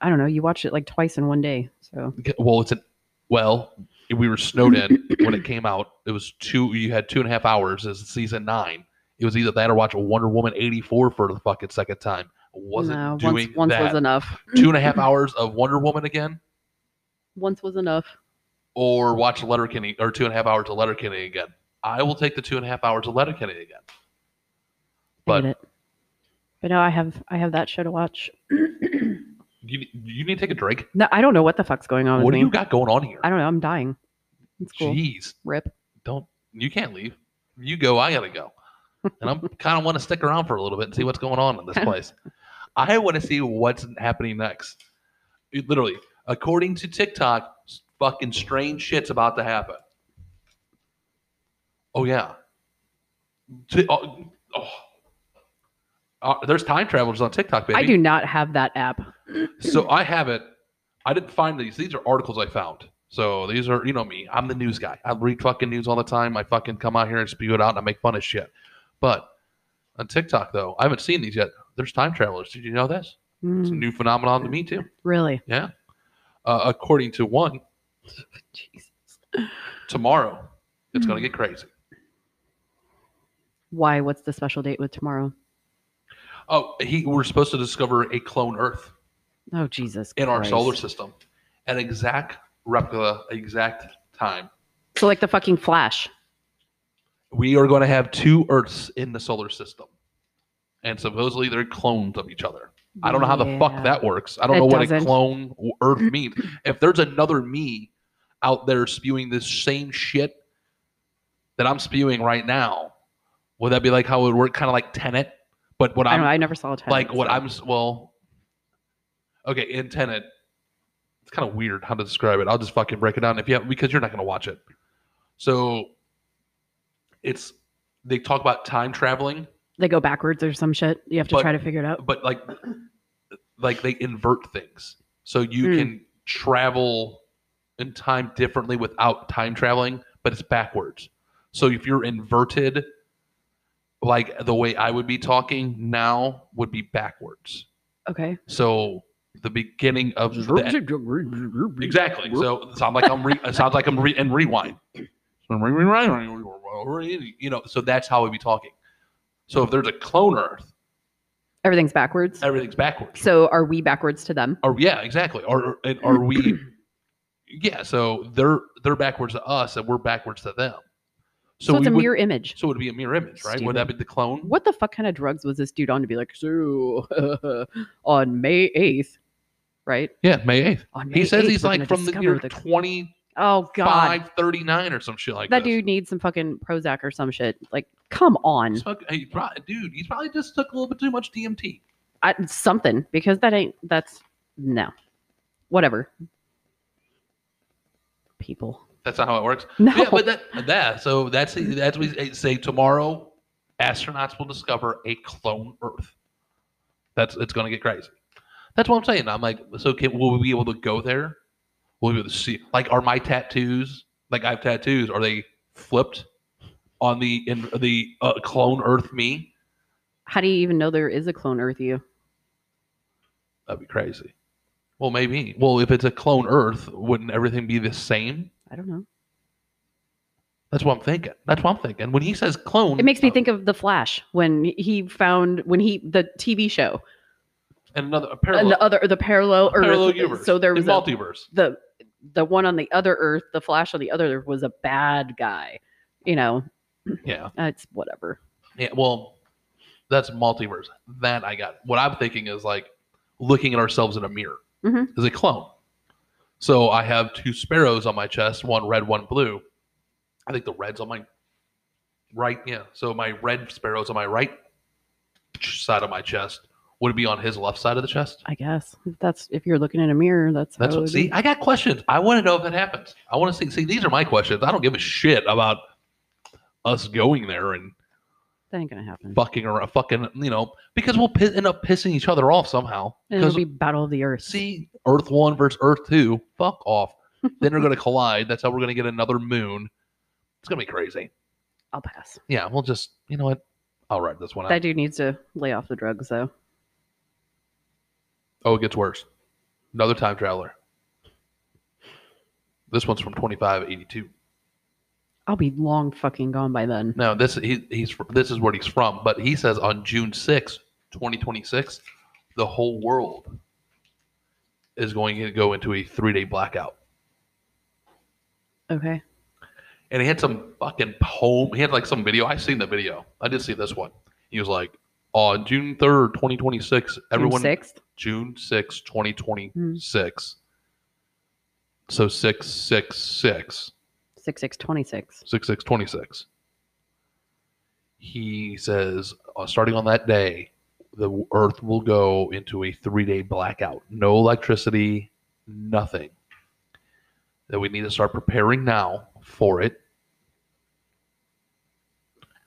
Speaker 2: I don't know, you watched it like twice in one day. So
Speaker 1: Okay, Well, it's an well. We were snowed in when it came out. It was two. You had two and a half hours as season nine. It was either that or watch Wonder Woman eighty four for the fucking second time. Wasn't
Speaker 2: no,
Speaker 1: doing
Speaker 2: once once
Speaker 1: that.
Speaker 2: was enough.
Speaker 1: two and a half hours of Wonder Woman again,
Speaker 2: Once was enough.
Speaker 1: or watch Letterkenny or two and a half hours of Letterkenny again. I will take the two and a half hours of Letterkenny again.
Speaker 2: I
Speaker 1: But
Speaker 2: get it. But no, I have I have that show to watch.
Speaker 1: you you need to take a drink.
Speaker 2: No, I don't know what the fuck's going on
Speaker 1: What
Speaker 2: with
Speaker 1: do
Speaker 2: me.
Speaker 1: you got going on here?
Speaker 2: I don't know, I'm dying. It's cool.
Speaker 1: Jeez,
Speaker 2: Rip.
Speaker 1: don't you can't leave. You go, I gotta go. And I'm kind of want to stick around for a little bit and see what's going on in this place. I want to see what's happening next. It- literally, according to TikTok, s- fucking strange shit's about to happen. Oh yeah. Ti- oh, oh. uh, there's time travelers on TikTok, baby.
Speaker 2: I do not have that app.
Speaker 1: So I have it. I didn't find these. These are articles I found. So these are, you know me. I'm the news guy. I read fucking news all the time. I fucking come out here and spew it out and I make fun of shit. But on TikTok though, I haven't seen these yet. There's time travelers. Did you know this? It's a
Speaker 2: Mm,
Speaker 1: new phenomenon to me too.
Speaker 2: really?
Speaker 1: Yeah. Uh, according to one,
Speaker 2: Jeez.
Speaker 1: tomorrow it's going to get crazy.
Speaker 2: Why? What's the special date with tomorrow?
Speaker 1: Oh, he we're supposed to discover a clone Earth
Speaker 2: Oh Jesus!
Speaker 1: in our
Speaker 2: Christ.
Speaker 1: solar system, an exact replica, exact time.
Speaker 2: So like the fucking Flash.
Speaker 1: We are going to have two Earths in the solar system, and supposedly they're clones of each other. I don't know how the
Speaker 2: Yeah.
Speaker 1: fuck that works. I don't
Speaker 2: It
Speaker 1: know what a
Speaker 2: doesn't.
Speaker 1: clone w- Earth means. if there's another me out there spewing this same shit that I'm spewing right now, would that be like how it would work? Kind of like Tenet, but what
Speaker 2: I
Speaker 1: I'm
Speaker 2: don't know. I never saw a time.
Speaker 1: like what I'm s- well. Okay, in Tenet, it's kind of weird how to describe it. I'll just fucking break it down if you have, because you're not going to watch it. So it's they talk about time traveling,
Speaker 2: They go backwards or some shit. You have to
Speaker 1: But-
Speaker 2: try to figure it out.
Speaker 1: but like like they invert things so you
Speaker 2: Hmm.
Speaker 1: can travel in time differently without time traveling but it's backwards so if you're inverted like the way i would be talking now would be backwards
Speaker 2: Okay.
Speaker 1: so the beginning of the, exactly so it sounds like i'm re, it sounds like i'm re, and rewind you know so that's how we'd be talking so if there's a clone earth
Speaker 2: Everything's backwards.
Speaker 1: everything's backwards
Speaker 2: So are we backwards to them?
Speaker 1: Or yeah, exactly. Or and are we? yeah. So they're they're backwards to us, and we're backwards to them. So,
Speaker 2: So, it's
Speaker 1: we
Speaker 2: a
Speaker 1: would,
Speaker 2: mirror image.
Speaker 1: So it'd be a mirror image, right? Would that be the clone?
Speaker 2: What the fuck kind of drugs was this dude on to be like, so on May 8th, right?
Speaker 1: Yeah, May eighth.
Speaker 2: On May
Speaker 1: He says
Speaker 2: 8th,
Speaker 1: he's
Speaker 2: we're
Speaker 1: like
Speaker 2: gonna
Speaker 1: from the
Speaker 2: discover
Speaker 1: year
Speaker 2: the-
Speaker 1: twenty
Speaker 2: Oh, God.
Speaker 1: five thirty nine or some shit like
Speaker 2: that
Speaker 1: this.
Speaker 2: dude needs some fucking Prozac or some shit. Like, come on.
Speaker 1: He's fuck- he probably, dude, he's probably just took a little bit too much DMT.
Speaker 2: I, something, because that ain't, that's, no. Whatever. People.
Speaker 1: That's not how it works.
Speaker 2: No.
Speaker 1: Yeah, but that, that so that's that's what we say tomorrow. Astronauts will discover a clone Earth. That's it's going to get crazy. That's what I'm saying. I'm like, so can, will we be able to go there? Will we be able to see? Like, are my tattoos like I have tattoos? Are they flipped on the in the uh, clone Earth me?
Speaker 2: How do you even know there is a clone Earth you?
Speaker 1: That'd be crazy. Well, maybe. Well, if it's a clone Earth, wouldn't everything be the same?
Speaker 2: I don't know.
Speaker 1: That's what I'm thinking. That's what I'm thinking. When he says clone,
Speaker 2: It makes me
Speaker 1: uh,
Speaker 2: think of The Flash when he found, when he, the TV show,
Speaker 1: and another a
Speaker 2: and
Speaker 1: parallel.
Speaker 2: the other, the parallel, Earth.
Speaker 1: parallel universe.
Speaker 2: So there was
Speaker 1: the
Speaker 2: a,
Speaker 1: multiverse.
Speaker 2: the the one on the other earth the flash on the other earth was a bad guy you know
Speaker 1: Yeah.
Speaker 2: uh, it's whatever
Speaker 1: Yeah. Well, that's multiverse. That I got. What I'm thinking is like looking at ourselves in a mirror
Speaker 2: Mhm.
Speaker 1: as a clone. So I have two sparrows on my chest, one red, one blue. I think the red's on my right. Yeah. So my red sparrow's on my right side of my chest. Would it be on his left side of the chest?
Speaker 2: i guess If that's if you're looking in a mirror that's
Speaker 1: That's what.
Speaker 2: how it would
Speaker 1: See,
Speaker 2: be.
Speaker 1: I got questions. I want to know if that happens. I want to see. See, these are my questions. I don't give a shit about us going there and
Speaker 2: that ain't gonna happen
Speaker 1: fucking or fucking you know because we'll pi- end up pissing each other off somehow
Speaker 2: and it'll
Speaker 1: because
Speaker 2: be battle of the earth
Speaker 1: see earth one versus earth two fuck off then they're gonna collide that's how we're gonna get another moon it's gonna be crazy
Speaker 2: i'll pass
Speaker 1: yeah we'll just you know what i'll write this one out
Speaker 2: that dude needs to lay off the drugs though
Speaker 1: oh it gets worse another time traveler this one's from 2582
Speaker 2: i'll be long fucking gone by then
Speaker 1: no this he, he's fr- this is where he's from but he says on june 6 2026 the whole world is going to go into a three-day blackout
Speaker 2: okay
Speaker 1: and he had some fucking poem. He had like some video. I seen the video. I did see this one. He was like, on June 3rd, 2026, everyone,
Speaker 2: June 6th
Speaker 1: June 6th, 2026. So 666,
Speaker 2: 6626
Speaker 1: 6626. He says, uh, starting on that day, the earth will go into a three day blackout. No electricity, nothing. That we need to start preparing now for it.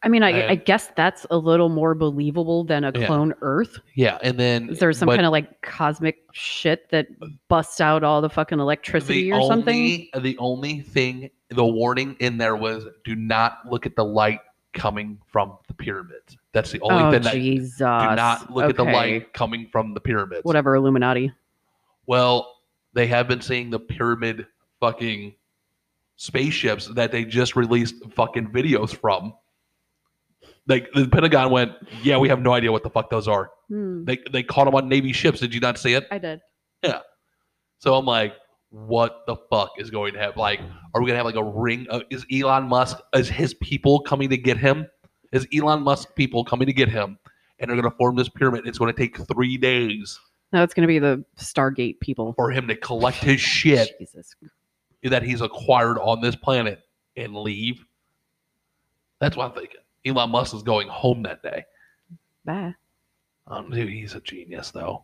Speaker 2: I mean, I,
Speaker 1: And-
Speaker 2: I guess that's a little more believable than a
Speaker 1: Yeah.
Speaker 2: clone Earth.
Speaker 1: Yeah, and then
Speaker 2: Is there some
Speaker 1: but
Speaker 2: kind of like cosmic shit that busts out all the fucking electricity
Speaker 1: the
Speaker 2: or
Speaker 1: only,
Speaker 2: something?
Speaker 1: The only thing, the warning in there was, do not look at the light coming from the pyramids. That's the only
Speaker 2: oh,
Speaker 1: thing that
Speaker 2: Jesus.
Speaker 1: do not look at the light coming from the pyramids.
Speaker 2: Whatever, Illuminati.
Speaker 1: Well, they have been seeing the pyramid fucking spaceships that they just released fucking videos from. Like the Pentagon went, yeah, we have no idea what the fuck those are.
Speaker 2: Hmm,
Speaker 1: They they caught them on Navy ships. Did you not see it?
Speaker 2: I did.
Speaker 1: So I'm like, what the fuck is going to happen? Like, are we gonna have like a ring? Of, is Elon Musk? Is his people coming to get him? Is Elon Musk people coming to get him? And they're gonna form this pyramid. It's gonna take three days
Speaker 2: No, it's going to be the Stargate people.
Speaker 1: for him to collect his shit
Speaker 2: Jesus.
Speaker 1: that he's acquired on this planet and leave. That's what I'm thinking. Elon Musk is going home that day.
Speaker 2: Bye.
Speaker 1: Um, dude, he's a genius, though.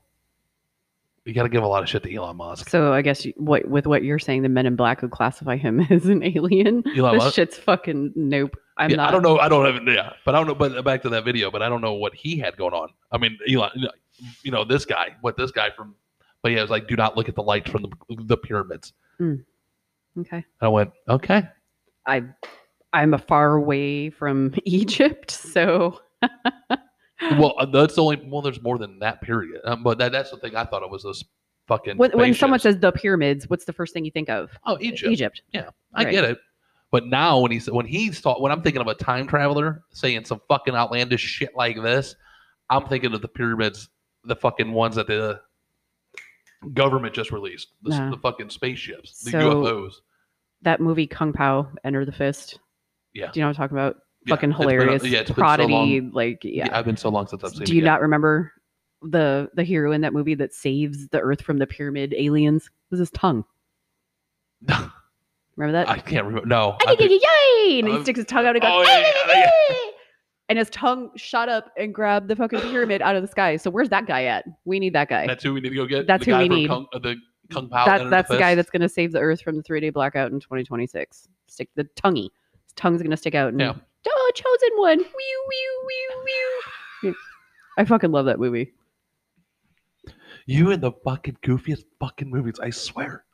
Speaker 1: You got to give a lot of shit to Elon Musk.
Speaker 2: So I guess you- what with what you're saying, the Men in Black would classify him as an alien.
Speaker 1: Elon
Speaker 2: this
Speaker 1: Musk.
Speaker 2: shit's fucking nope. I'm
Speaker 1: Yeah,
Speaker 2: not.
Speaker 1: I don't know. I don't have. Yeah, but I don't know. But back to that video. But I don't know what he had going on. I mean, Elon. You know this guy. What this guy from? But yeah, it was like, do not look at the lights from the, the pyramids.
Speaker 2: Okay.
Speaker 1: I went, okay.
Speaker 2: I I'm a far away from Egypt, so
Speaker 1: Well, uh, that's the only. Well, there's more than that period. Um, but that, that's the thing. I thought it was those fucking.
Speaker 2: when, when someone
Speaker 1: spaceships.
Speaker 2: says the pyramids, what's the first thing you think of?
Speaker 1: oh Egypt,
Speaker 2: Egypt.
Speaker 1: I
Speaker 2: Right.
Speaker 1: get it. But now when he's when he's thought when I'm thinking of a time traveler saying some fucking outlandish shit like this, I'm thinking of the pyramids, the fucking ones that the government just released, the, s-
Speaker 2: Nah.
Speaker 1: the fucking spaceships, the
Speaker 2: So-
Speaker 1: UFOs.
Speaker 2: That movie Kung Pao, Enter the Fist.
Speaker 1: Yeah.
Speaker 2: Do you know what I'm talking about?
Speaker 1: Yeah,
Speaker 2: Fucking
Speaker 1: it's been a-
Speaker 2: hilarious.
Speaker 1: yeah, it's been so
Speaker 2: prodigy.
Speaker 1: long.
Speaker 2: like yeah.
Speaker 1: I've been so long since I've seen.
Speaker 2: Do you
Speaker 1: it
Speaker 2: not remember the the hero in that movie that saves the Earth from the pyramid aliens? It was his tongue.
Speaker 1: yet.
Speaker 2: Remember that?
Speaker 1: I can't remember. No,
Speaker 2: I
Speaker 1: think-
Speaker 2: think yay! And
Speaker 1: Um,
Speaker 2: he sticks his tongue out and goes,
Speaker 1: oh, yeah, yeah,
Speaker 2: "Ay, ay, ay." and his tongue shot up and grabbed the fucking pyramid out of the sky. So where's that guy at? We need that guy.
Speaker 1: that's who we need to go get.
Speaker 2: That's
Speaker 1: the
Speaker 2: who
Speaker 1: guy
Speaker 2: we
Speaker 1: from Kung,
Speaker 2: need.
Speaker 1: uh, the Kung Pao.
Speaker 2: That-
Speaker 1: Enter
Speaker 2: that's the guy
Speaker 1: Fist?
Speaker 2: that's going to save the Earth from the three-day blackout in 2026. Stick the tonguey. His tongue's going to stick out. And,
Speaker 1: Yeah.
Speaker 2: Oh, chosen one. Wee, wee, wee, wee. I fucking love that movie.
Speaker 1: you and the fucking goofiest fucking movies. I swear.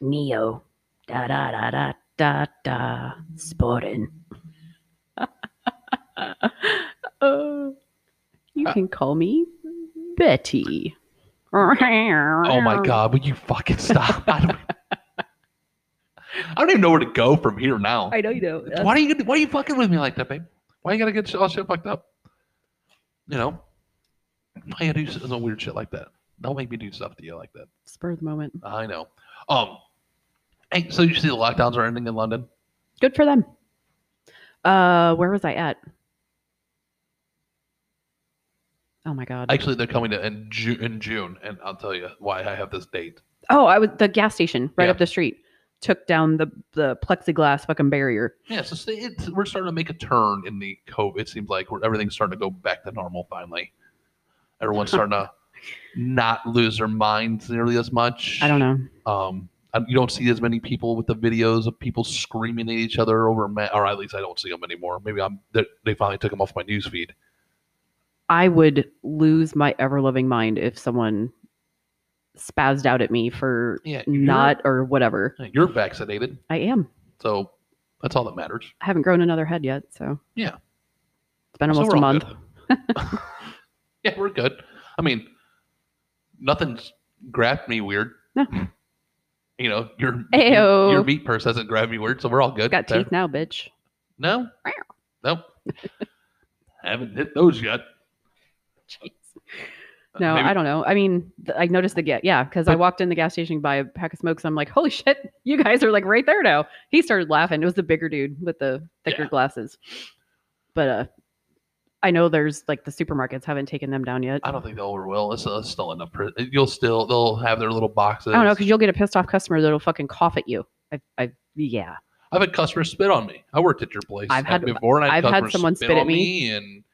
Speaker 2: Neo. Da da da da da da. Sporting. uh, you
Speaker 1: Uh,
Speaker 2: can call me Betty. Oh
Speaker 1: Oh my god, will you fucking stop? I don't, I don't even know where to go from here now.
Speaker 2: I know you know.
Speaker 1: why are you why are you fucking with me like that, babe? Why you gotta get all shit fucked up? You know? Why you gotta do some weird shit like that? Don't make me do stuff to you like that.
Speaker 2: Spur of the moment.
Speaker 1: I know. Um hey, so you see the lockdowns are ending in London?
Speaker 2: Good for them. Uh, where was I at? Oh my god.
Speaker 1: Actually they're coming to in June in June, and I'll tell you why I have this date.
Speaker 2: oh, I was the gas station right
Speaker 1: Yeah.
Speaker 2: up the street. Took down the the plexiglass fucking barrier.
Speaker 1: Yeah, so see, it's, we're starting to make a turn in the COVID. It seems like we're, everything's starting to go back to normal finally. Everyone's starting to not lose their minds nearly as much.
Speaker 2: I don't know.
Speaker 1: know. Um, and you don't see as many people with the videos of people screaming at each other over, ma- or at least I don't see them anymore. Maybe I'm they they finally took them off my news feed.
Speaker 2: I would lose my ever loving mind if someone spazzed out at me for
Speaker 1: Yeah, you're-
Speaker 2: not or whatever.
Speaker 1: You're vaccinated,
Speaker 2: I am.
Speaker 1: so that's all that matters.
Speaker 2: I haven't grown another head yet, so
Speaker 1: Yeah.
Speaker 2: it's been
Speaker 1: So
Speaker 2: almost
Speaker 1: we're
Speaker 2: a
Speaker 1: all
Speaker 2: month.
Speaker 1: good. yeah, we're good. I mean, nothing's grabbed me weird.
Speaker 2: No.
Speaker 1: You know, your, your
Speaker 2: Ayo.
Speaker 1: your meat purse hasn't grabbed me weird, so we're all good.
Speaker 2: Got
Speaker 1: There-
Speaker 2: teeth now, bitch.
Speaker 1: No.
Speaker 2: Meow.
Speaker 1: Nope. haven't hit those yet.
Speaker 2: Jeez. No, I don't know. I mean, th- I noticed the get yeah because I
Speaker 1: Uh, But-
Speaker 2: walked in the gas station by a pack of smokes. I'm like, holy shit, you guys are like right there now. He started laughing. It was the bigger dude with the thicker
Speaker 1: Yeah.
Speaker 2: glasses. But uh, I know there's like the supermarkets haven't taken them down yet.
Speaker 1: I don't think they'll ever will. It's, uh, it's still enough. You'll still they'll have their little boxes.
Speaker 2: I don't know because you'll get a pissed off customer that'll fucking cough at you. I, I, yeah.
Speaker 1: I've had customers spit on me. I worked at your place.
Speaker 2: I've
Speaker 1: uh,
Speaker 2: had-
Speaker 1: before, and I had
Speaker 2: I've had
Speaker 1: customers
Speaker 2: someone spit at
Speaker 1: on me and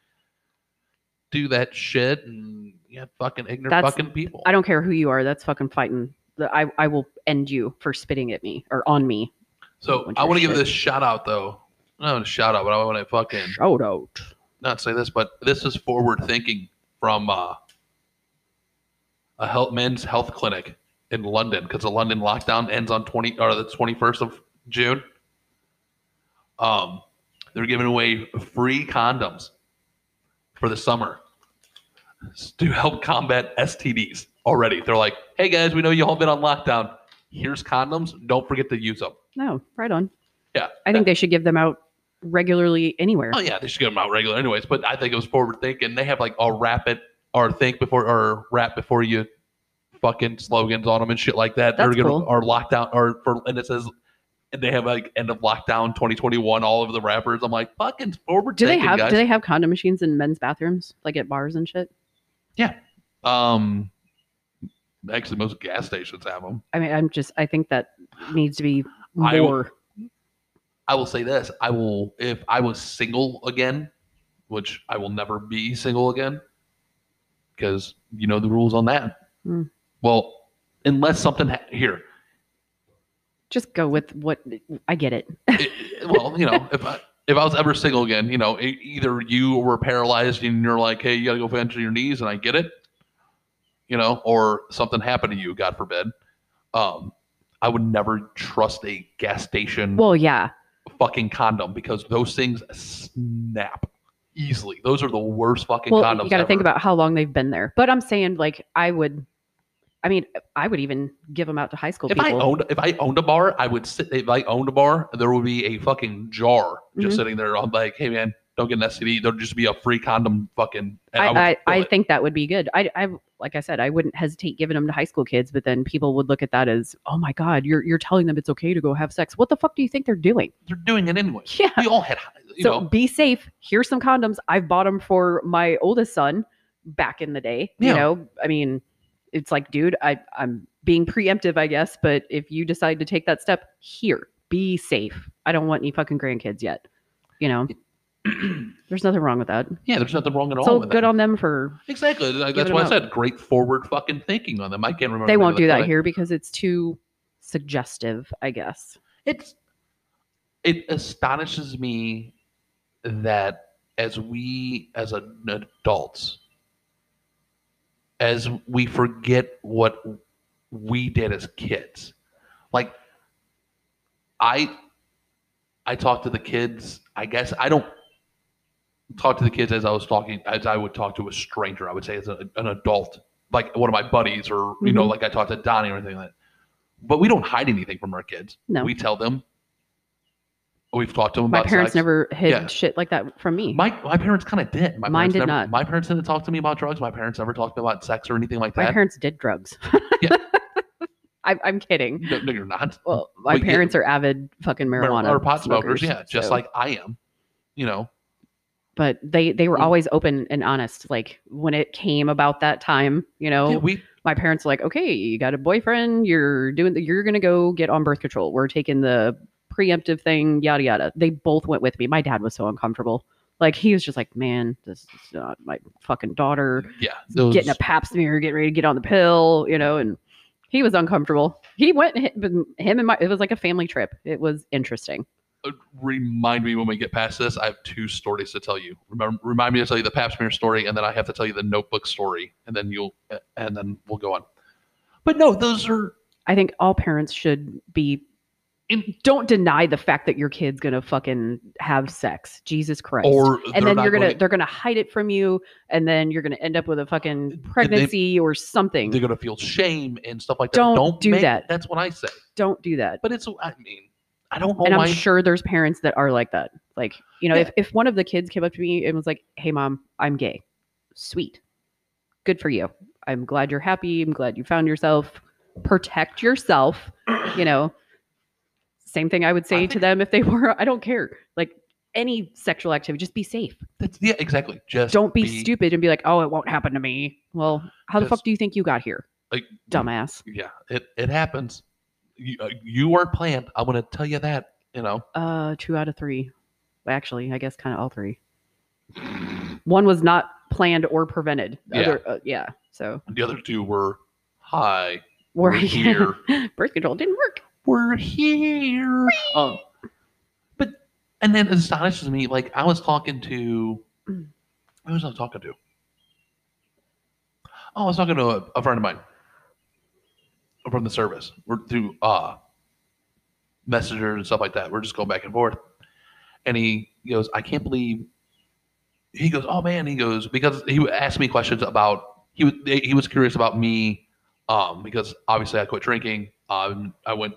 Speaker 1: do that shit, and yeah, fucking ignorant
Speaker 2: That's-
Speaker 1: fucking people.
Speaker 2: I don't care who you are. That's fucking fighting. The- I, I will end you for spitting at me or on me.
Speaker 1: So
Speaker 2: bunch
Speaker 1: I
Speaker 2: of
Speaker 1: want to give
Speaker 2: shit.
Speaker 1: this shout out though not a shout out, but I want to fucking
Speaker 2: Shout out.
Speaker 1: not say this, but this is forward thinking from uh, a health men's health clinic in London because the London lockdown ends on twenty or the twenty first of June. Um, they're giving away free condoms for the summer s- to help combat STDs. Already, they're like, "Hey guys, we know you all been on lockdown. Here's condoms. Don't forget to use them."
Speaker 2: No, right on.
Speaker 1: Yeah,
Speaker 2: I think they should give them out regularly anywhere.
Speaker 1: Oh yeah, they should get them out regular, anyways. But I think it was forward thinking. They have like a wrap it or think before or wrap before you fucking slogans on them and shit like that.
Speaker 2: That's
Speaker 1: They're gonna
Speaker 2: cool.
Speaker 1: or lockdown or for and it says and they have like end of lockdown 2021 all over the rappers. I'm like fucking forward.
Speaker 2: Do they
Speaker 1: thinking,
Speaker 2: have
Speaker 1: guys.
Speaker 2: do they have condom machines in men's bathrooms, like at bars and shit?
Speaker 1: um? Actually, most gas stations have them.
Speaker 2: I mean, I'm just I think that needs to be
Speaker 1: I will-
Speaker 2: more.
Speaker 1: I will say this: I will if I was single again, which I will never be single again, because you know the rules on that.
Speaker 2: Hmm.
Speaker 1: Well, unless something ha- here,
Speaker 2: just go with what I get it.
Speaker 1: it- well, you know, if I if I was ever single again, you know, e- either you were paralyzed and you're like, hey, you gotta go bend to your knees, and I get it, you know, or something happened to you, God forbid. Um, I would never trust a gas station.
Speaker 2: Well, yeah.
Speaker 1: fucking condom because those things snap easily. Those are the worst fucking
Speaker 2: Well,
Speaker 1: condoms.
Speaker 2: you got to think
Speaker 1: ever.
Speaker 2: about how long they've been there. But I'm saying, like, I would, I mean, I would even give them out to high school
Speaker 1: if
Speaker 2: people.
Speaker 1: I owned if I owned a bar, I would sit. If I owned a bar, there would be a fucking jar just
Speaker 2: Mhm.
Speaker 1: sitting there. I'm like, hey man, don't get an STD. There'd just be a free condom fucking. and would
Speaker 2: I, I,
Speaker 1: fill
Speaker 2: I
Speaker 1: it.
Speaker 2: think that would be good. I, I, like I said, I wouldn't hesitate giving them to high school kids, but then people would look at that as, oh my God, you're, you're telling them it's okay to go have sex. What the fuck do you think they're doing?
Speaker 1: they're doing it anyway.
Speaker 2: Yeah.
Speaker 1: We all had, you
Speaker 2: so
Speaker 1: know,
Speaker 2: be safe. Here's some condoms. I've bought them for my oldest son back in the day.
Speaker 1: Yeah.
Speaker 2: You know, I mean, it's like, dude, I, I'm being preemptive, I guess, but if you decide to take that step, here, be safe. I don't want any fucking grandkids yet. You know, there's nothing wrong with that.
Speaker 1: yeah. There's nothing wrong at all.
Speaker 2: So
Speaker 1: with
Speaker 2: good
Speaker 1: that.
Speaker 2: on them for
Speaker 1: Exactly. Like,
Speaker 2: Give
Speaker 1: That's
Speaker 2: it
Speaker 1: why I
Speaker 2: up.
Speaker 1: said great forward fucking thinking on them. I can't remember.
Speaker 2: they
Speaker 1: the name
Speaker 2: won't
Speaker 1: of the
Speaker 2: do that
Speaker 1: clinic.
Speaker 2: here because it's too suggestive, I guess.
Speaker 1: it's it astonishes me that as we as a, adults as we forget what we did as kids like i i talk to the kids i guess i don't talk to the kids as i was talking as i would talk to a stranger i would say as a, an adult like one of my buddies or you know
Speaker 2: Mhm.
Speaker 1: like i talked to donnie or anything like that but we don't hide anything from our kids
Speaker 2: No.
Speaker 1: we tell them we've talked to them
Speaker 2: My
Speaker 1: about
Speaker 2: parents
Speaker 1: sex.
Speaker 2: never hid
Speaker 1: Yeah.
Speaker 2: shit like that from me.
Speaker 1: my, my parents kind of did my parents
Speaker 2: Mine did
Speaker 1: never-
Speaker 2: not.
Speaker 1: my parents didn't talk to me about drugs my parents never talked about sex or anything like
Speaker 2: My
Speaker 1: that
Speaker 2: parents did drugs.
Speaker 1: Yeah.
Speaker 2: I, I'm kidding.
Speaker 1: no, no you're not
Speaker 2: Well, my
Speaker 1: Well, yeah.
Speaker 2: parents are avid fucking marijuana
Speaker 1: or pot smokers, yeah just
Speaker 2: so-
Speaker 1: like i am you know
Speaker 2: But they they were
Speaker 1: Mm.
Speaker 2: always open and honest. Like when it came about that time, you know,
Speaker 1: yeah, we
Speaker 2: my parents were like, okay, you got a boyfriend, you're doing, the, you're gonna go get on birth control. We're taking the preemptive thing, yada yada. They both went with me. My dad was so uncomfortable. Like he was just like, man, this is not my fucking daughter.
Speaker 1: yeah those,
Speaker 2: getting a pap smear, getting ready to get on the pill, you know, and he was uncomfortable. He went him and my it was like a family trip. It was interesting.
Speaker 1: uh, remind me when we get past this i have two stories to tell you Remember, remind me to tell you the pap smear story and then i have to tell you the notebook story and then you'll and then we'll go on but no those are
Speaker 2: I think all parents should be
Speaker 1: In-
Speaker 2: don't deny the fact that your kid's gonna fucking have sex. Jesus Christ.
Speaker 1: or
Speaker 2: and
Speaker 1: they're
Speaker 2: then
Speaker 1: not
Speaker 2: you're gonna
Speaker 1: going to-
Speaker 2: they're gonna hide it from you, and then you're gonna end up with a fucking pregnancy or something.
Speaker 1: they're going to feel shame and stuff like that
Speaker 2: Don't do
Speaker 1: make-
Speaker 2: that.
Speaker 1: that's what i say
Speaker 2: Don't do that.
Speaker 1: But it's, I mean, I don't know
Speaker 2: and
Speaker 1: why.
Speaker 2: I'm sure there's parents that are like that. Like, you know,
Speaker 1: Yeah.
Speaker 2: if, if one of the kids came up to me and was like, Hey mom, I'm gay. Sweet. Good for you. I'm glad you're happy. I'm glad you found yourself. Protect yourself, you know. Same thing I would say to
Speaker 1: think-
Speaker 2: them if they were, I don't care. Like any sexual activity, just be safe.
Speaker 1: That's- yeah, exactly. Just
Speaker 2: Don't be, stupid and be like, Oh, it won't happen to me. Well, how the
Speaker 1: Just-
Speaker 2: fuck do you think you got here?
Speaker 1: Like,
Speaker 2: Dumbass.
Speaker 1: Yeah, it, it happens. You, uh, you weren't planned. I'm going to tell you that, you know.
Speaker 2: Uh two out of three. Actually, I guess kind of all three. one was not planned or prevented. The
Speaker 1: Yeah.
Speaker 2: Other, uh, yeah. So
Speaker 1: The other two were, hi,
Speaker 2: we're,
Speaker 1: We're here.
Speaker 2: Birth control didn't work.
Speaker 1: we're here. Um, but And then it astonishes me. Like I was talking to,
Speaker 2: Mm.
Speaker 1: who was I talking to? Oh, I was talking to a, a friend of mine from the service. We're through uh, messenger and stuff like that. We're just going back and forth. And he goes, I can't believe. He goes, oh man. He goes because he asked me questions about he was he was curious about me, um, because obviously I quit drinking. Um, I went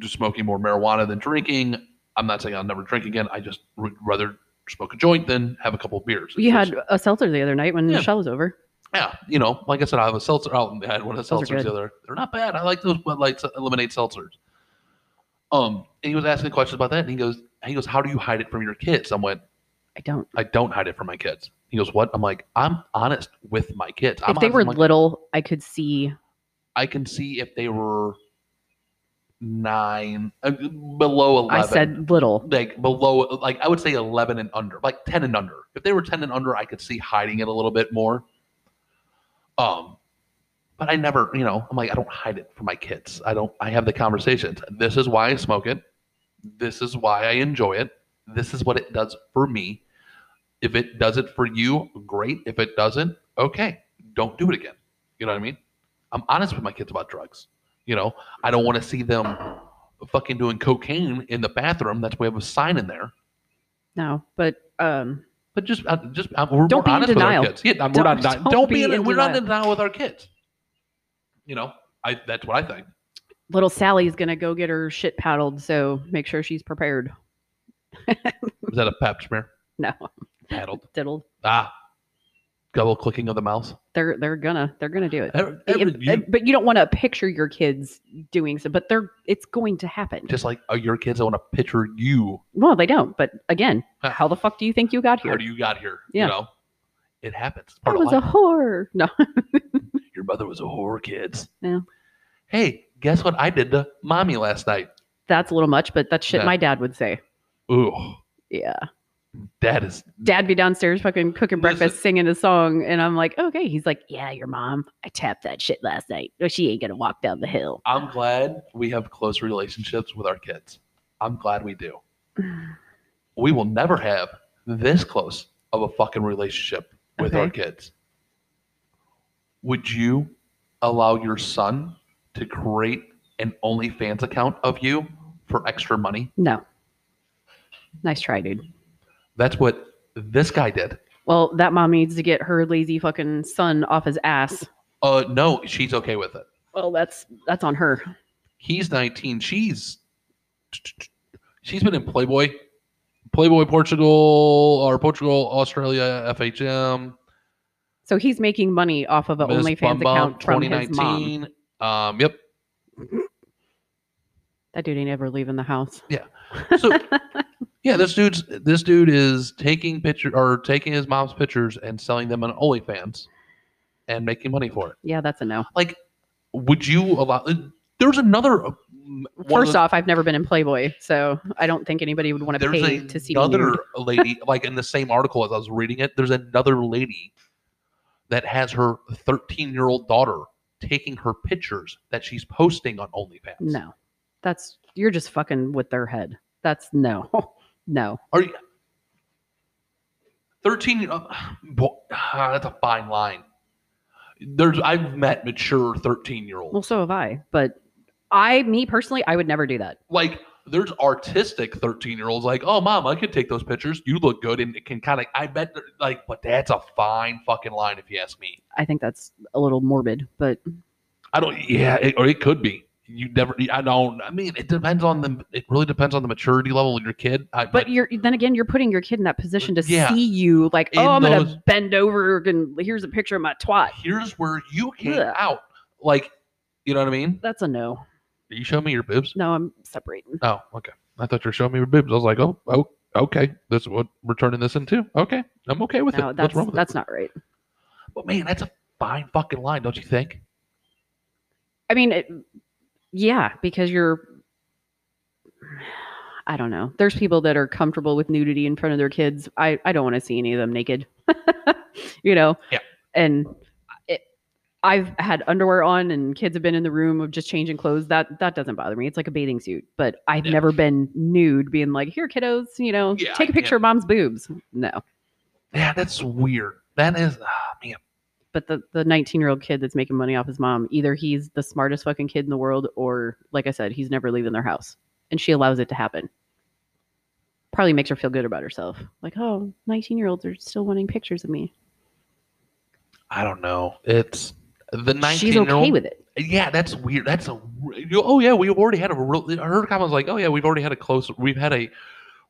Speaker 1: to smoking more marijuana than drinking. I'm not saying I'll never drink again. I just would rather smoke a joint than have a couple of beers.
Speaker 2: You
Speaker 1: It's
Speaker 2: had a seltzer the other night when
Speaker 1: Yeah.
Speaker 2: the show was over.
Speaker 1: yeah, you know, like I said, I have a seltzer out and had one of the
Speaker 2: Those are
Speaker 1: seltzers
Speaker 2: good.
Speaker 1: the other. They're not bad. I like those Bud Lights lemonade seltzers. Um, and he was asking questions about that, and he goes, he goes, how do you hide it from your kids? I went,
Speaker 2: I don't.
Speaker 1: I don't hide it from my kids. He goes, what? I'm like, I'm honest with my kids. I'm
Speaker 2: if they
Speaker 1: honest
Speaker 2: were
Speaker 1: with my-
Speaker 2: little, I could see.
Speaker 1: I can see if they were nine, uh, below eleven.
Speaker 2: I said little.
Speaker 1: like below like I would say 11 and under, like 10 and under. If they were 10 and under, I could see hiding it a little bit more. Um but I never, you know, I'm like I don't hide it from my kids. I don't I have the conversations. This is why I smoke it. This is why I enjoy it. This is what it does for me. If it does it for you, great. If it doesn't, okay. Don't do it again. You know what I mean? I'm honest with my kids about drugs. You know, I don't want to see them fucking doing cocaine in the bathroom. That's why we have a sign in there.
Speaker 2: No, but um,
Speaker 1: But just, uh, just uh, we're,
Speaker 2: Don't
Speaker 1: we're
Speaker 2: be in
Speaker 1: honest with our
Speaker 2: denial.
Speaker 1: kids. Yeah, we're
Speaker 2: Don't-
Speaker 1: not, don't,
Speaker 2: don't
Speaker 1: be,
Speaker 2: be
Speaker 1: in,
Speaker 2: in
Speaker 1: we're not in denial with our kids. You know, I that's what I think.
Speaker 2: little Sally's gonna go get her shit paddled, so make sure she's prepared.
Speaker 1: Was that a pap smear?
Speaker 2: No,
Speaker 1: Paddled.
Speaker 2: diddled.
Speaker 1: Ah, double clicking of the mouse.
Speaker 2: They're they're gonna they're gonna do it.
Speaker 1: Every,
Speaker 2: If-
Speaker 1: every- you-
Speaker 2: uh, but you don't want to picture your kids doing so. But they're it's going to happen.
Speaker 1: just like uh, your kids, I want to picture you.
Speaker 2: well, they don't. But again,
Speaker 1: Huh.
Speaker 2: how the fuck do you think you got
Speaker 1: How
Speaker 2: here?
Speaker 1: do you got here?
Speaker 2: Yeah.
Speaker 1: You know, it happens. It's
Speaker 2: I
Speaker 1: part of
Speaker 2: was a
Speaker 1: life.
Speaker 2: whore. No,
Speaker 1: Your mother was a whore, kids.
Speaker 2: Yeah.
Speaker 1: Hey, guess what I did to mommy last night?
Speaker 2: that's a little much. But that's shit
Speaker 1: Yeah.
Speaker 2: my dad would say.
Speaker 1: Ooh,
Speaker 2: Yeah,
Speaker 1: that is
Speaker 2: dad be downstairs fucking cooking
Speaker 1: Listen.
Speaker 2: breakfast, singing a song, and I'm like, okay. He's like, yeah, your mom. I tapped that shit last night. No, she ain't gonna walk down the hill.
Speaker 1: I'm glad we have close relationships with our kids. I'm glad we do. We will never have this close of a fucking relationship with our kids. Would you allow your son to create an OnlyFans account of you for extra money?
Speaker 2: No. Nice try, dude.
Speaker 1: That's what this guy did.
Speaker 2: Well, that mom needs to get her lazy fucking son off his ass.
Speaker 1: Uh, no, she's okay with it.
Speaker 2: Well, that's that's on her.
Speaker 1: He's 19. She's she's been in Playboy, Playboy Portugal or Portugal Australia FHM.
Speaker 2: So he's making money off of an
Speaker 1: Miss
Speaker 2: OnlyFans
Speaker 1: Bum Bum,
Speaker 2: account from his mom.
Speaker 1: Um, yep.
Speaker 2: That dude ain't ever leaving the house.
Speaker 1: So yeah, this dude's this dude is taking picture or taking his mom's pictures and selling them on OnlyFans and making money for it.
Speaker 2: Yeah, that's a no.
Speaker 1: Like, would you allow? There's another. um, one of
Speaker 2: First
Speaker 1: the-
Speaker 2: off, I've never been in Playboy, so I don't think anybody would want to
Speaker 1: there's
Speaker 2: pay to see me
Speaker 1: another
Speaker 2: nude.
Speaker 1: lady like in the same article as i was reading it there's another lady that has her 13 year old daughter taking her pictures that she's posting on onlyfans
Speaker 2: No, that's you're just fucking with their head. That's no, no.
Speaker 1: 13 uh, bo- ah, that's a fine line there's i've met mature 13 year
Speaker 2: Well,
Speaker 1: olds
Speaker 2: so have I, but I, me personally, I would never do that.
Speaker 1: like there's artistic 13 year olds like oh mom i could take those pictures you look good and it can kind of i bet they're- like but that's a fine fucking line if you ask me
Speaker 2: I think that's a little morbid, but
Speaker 1: I don't. Yeah, it, or it could be. You never. I don't. I mean, it depends on the. It really depends on the maturity level of your kid. I,
Speaker 2: but you're then again you're putting your kid in that position to
Speaker 1: Yeah.
Speaker 2: see you like
Speaker 1: In
Speaker 2: oh i'm
Speaker 1: those-
Speaker 2: gonna bend over and here's a picture of my twat
Speaker 1: here's where you came
Speaker 2: Ugh.
Speaker 1: out. Like, you know what I mean?
Speaker 2: that's a no
Speaker 1: You show me your boobs.
Speaker 2: no i'm separating
Speaker 1: Oh, okay. I thought you were showing me your boobs. I was like, oh, oh, okay. This is what we're turning this into. Okay, I'm okay with
Speaker 2: no
Speaker 1: it. What's
Speaker 2: that's
Speaker 1: wrong with
Speaker 2: that's not right
Speaker 1: it? But man, that's a fine fucking line, don't you think?
Speaker 2: i mean it, yeah because you're i don't know there's people that are comfortable with nudity in front of their kids i i don't want to see any of them naked you know
Speaker 1: Yeah.
Speaker 2: and it, I've had underwear on and kids have been in the room of just changing clothes. That that doesn't bother me. It's like a bathing suit. But I've
Speaker 1: Yeah.
Speaker 2: never been nude, being like, "Here, kiddos, you know,
Speaker 1: Yeah,
Speaker 2: take
Speaker 1: I
Speaker 2: a picture of mom's boobs." No,
Speaker 1: Yeah, that's weird. That is, ah, man.
Speaker 2: but the the 19 year old kid that's making money off his mom, either he's the smartest fucking kid in the world, or like I said, he's never leaving their house, and she allows it to happen. Probably makes her feel good about herself. Like, oh, 19 year olds are still wanting pictures of me.
Speaker 1: I don't know. It's the 19
Speaker 2: She's okay
Speaker 1: year old.
Speaker 2: with it.
Speaker 1: Yeah, that's weird. That's a. re- you know, Oh yeah, we already had a. Real, her comment was like, "Oh yeah, we've already had a close. We've had a.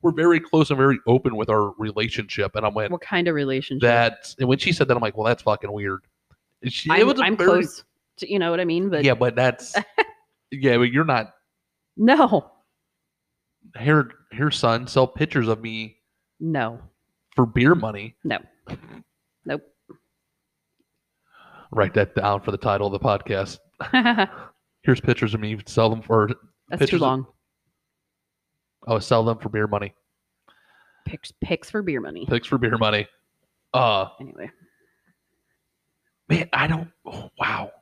Speaker 1: We're very close and very open with our relationship." And I'm like,
Speaker 2: What kind of relationship?
Speaker 1: "That's." And when she said that, I'm like, "Well, that's fucking weird." She,
Speaker 2: I'm,
Speaker 1: it was a
Speaker 2: I'm
Speaker 1: very-
Speaker 2: close. To, you know what I mean? But
Speaker 1: yeah, but that's. yeah, but you're not
Speaker 2: no,
Speaker 1: here. Here, son, sell pictures of me
Speaker 2: no,
Speaker 1: for beer money.
Speaker 2: nope.
Speaker 1: Write that down for the title of the podcast.
Speaker 2: That's
Speaker 1: Here's pictures of me. Sell them for.
Speaker 2: too
Speaker 1: Pictures of-
Speaker 2: long.
Speaker 1: Oh, sell them for beer money.
Speaker 2: Pics, pics for beer money.
Speaker 1: Picks for beer money. Uh,
Speaker 2: Anyway,
Speaker 1: Man, I don't. oh, wow,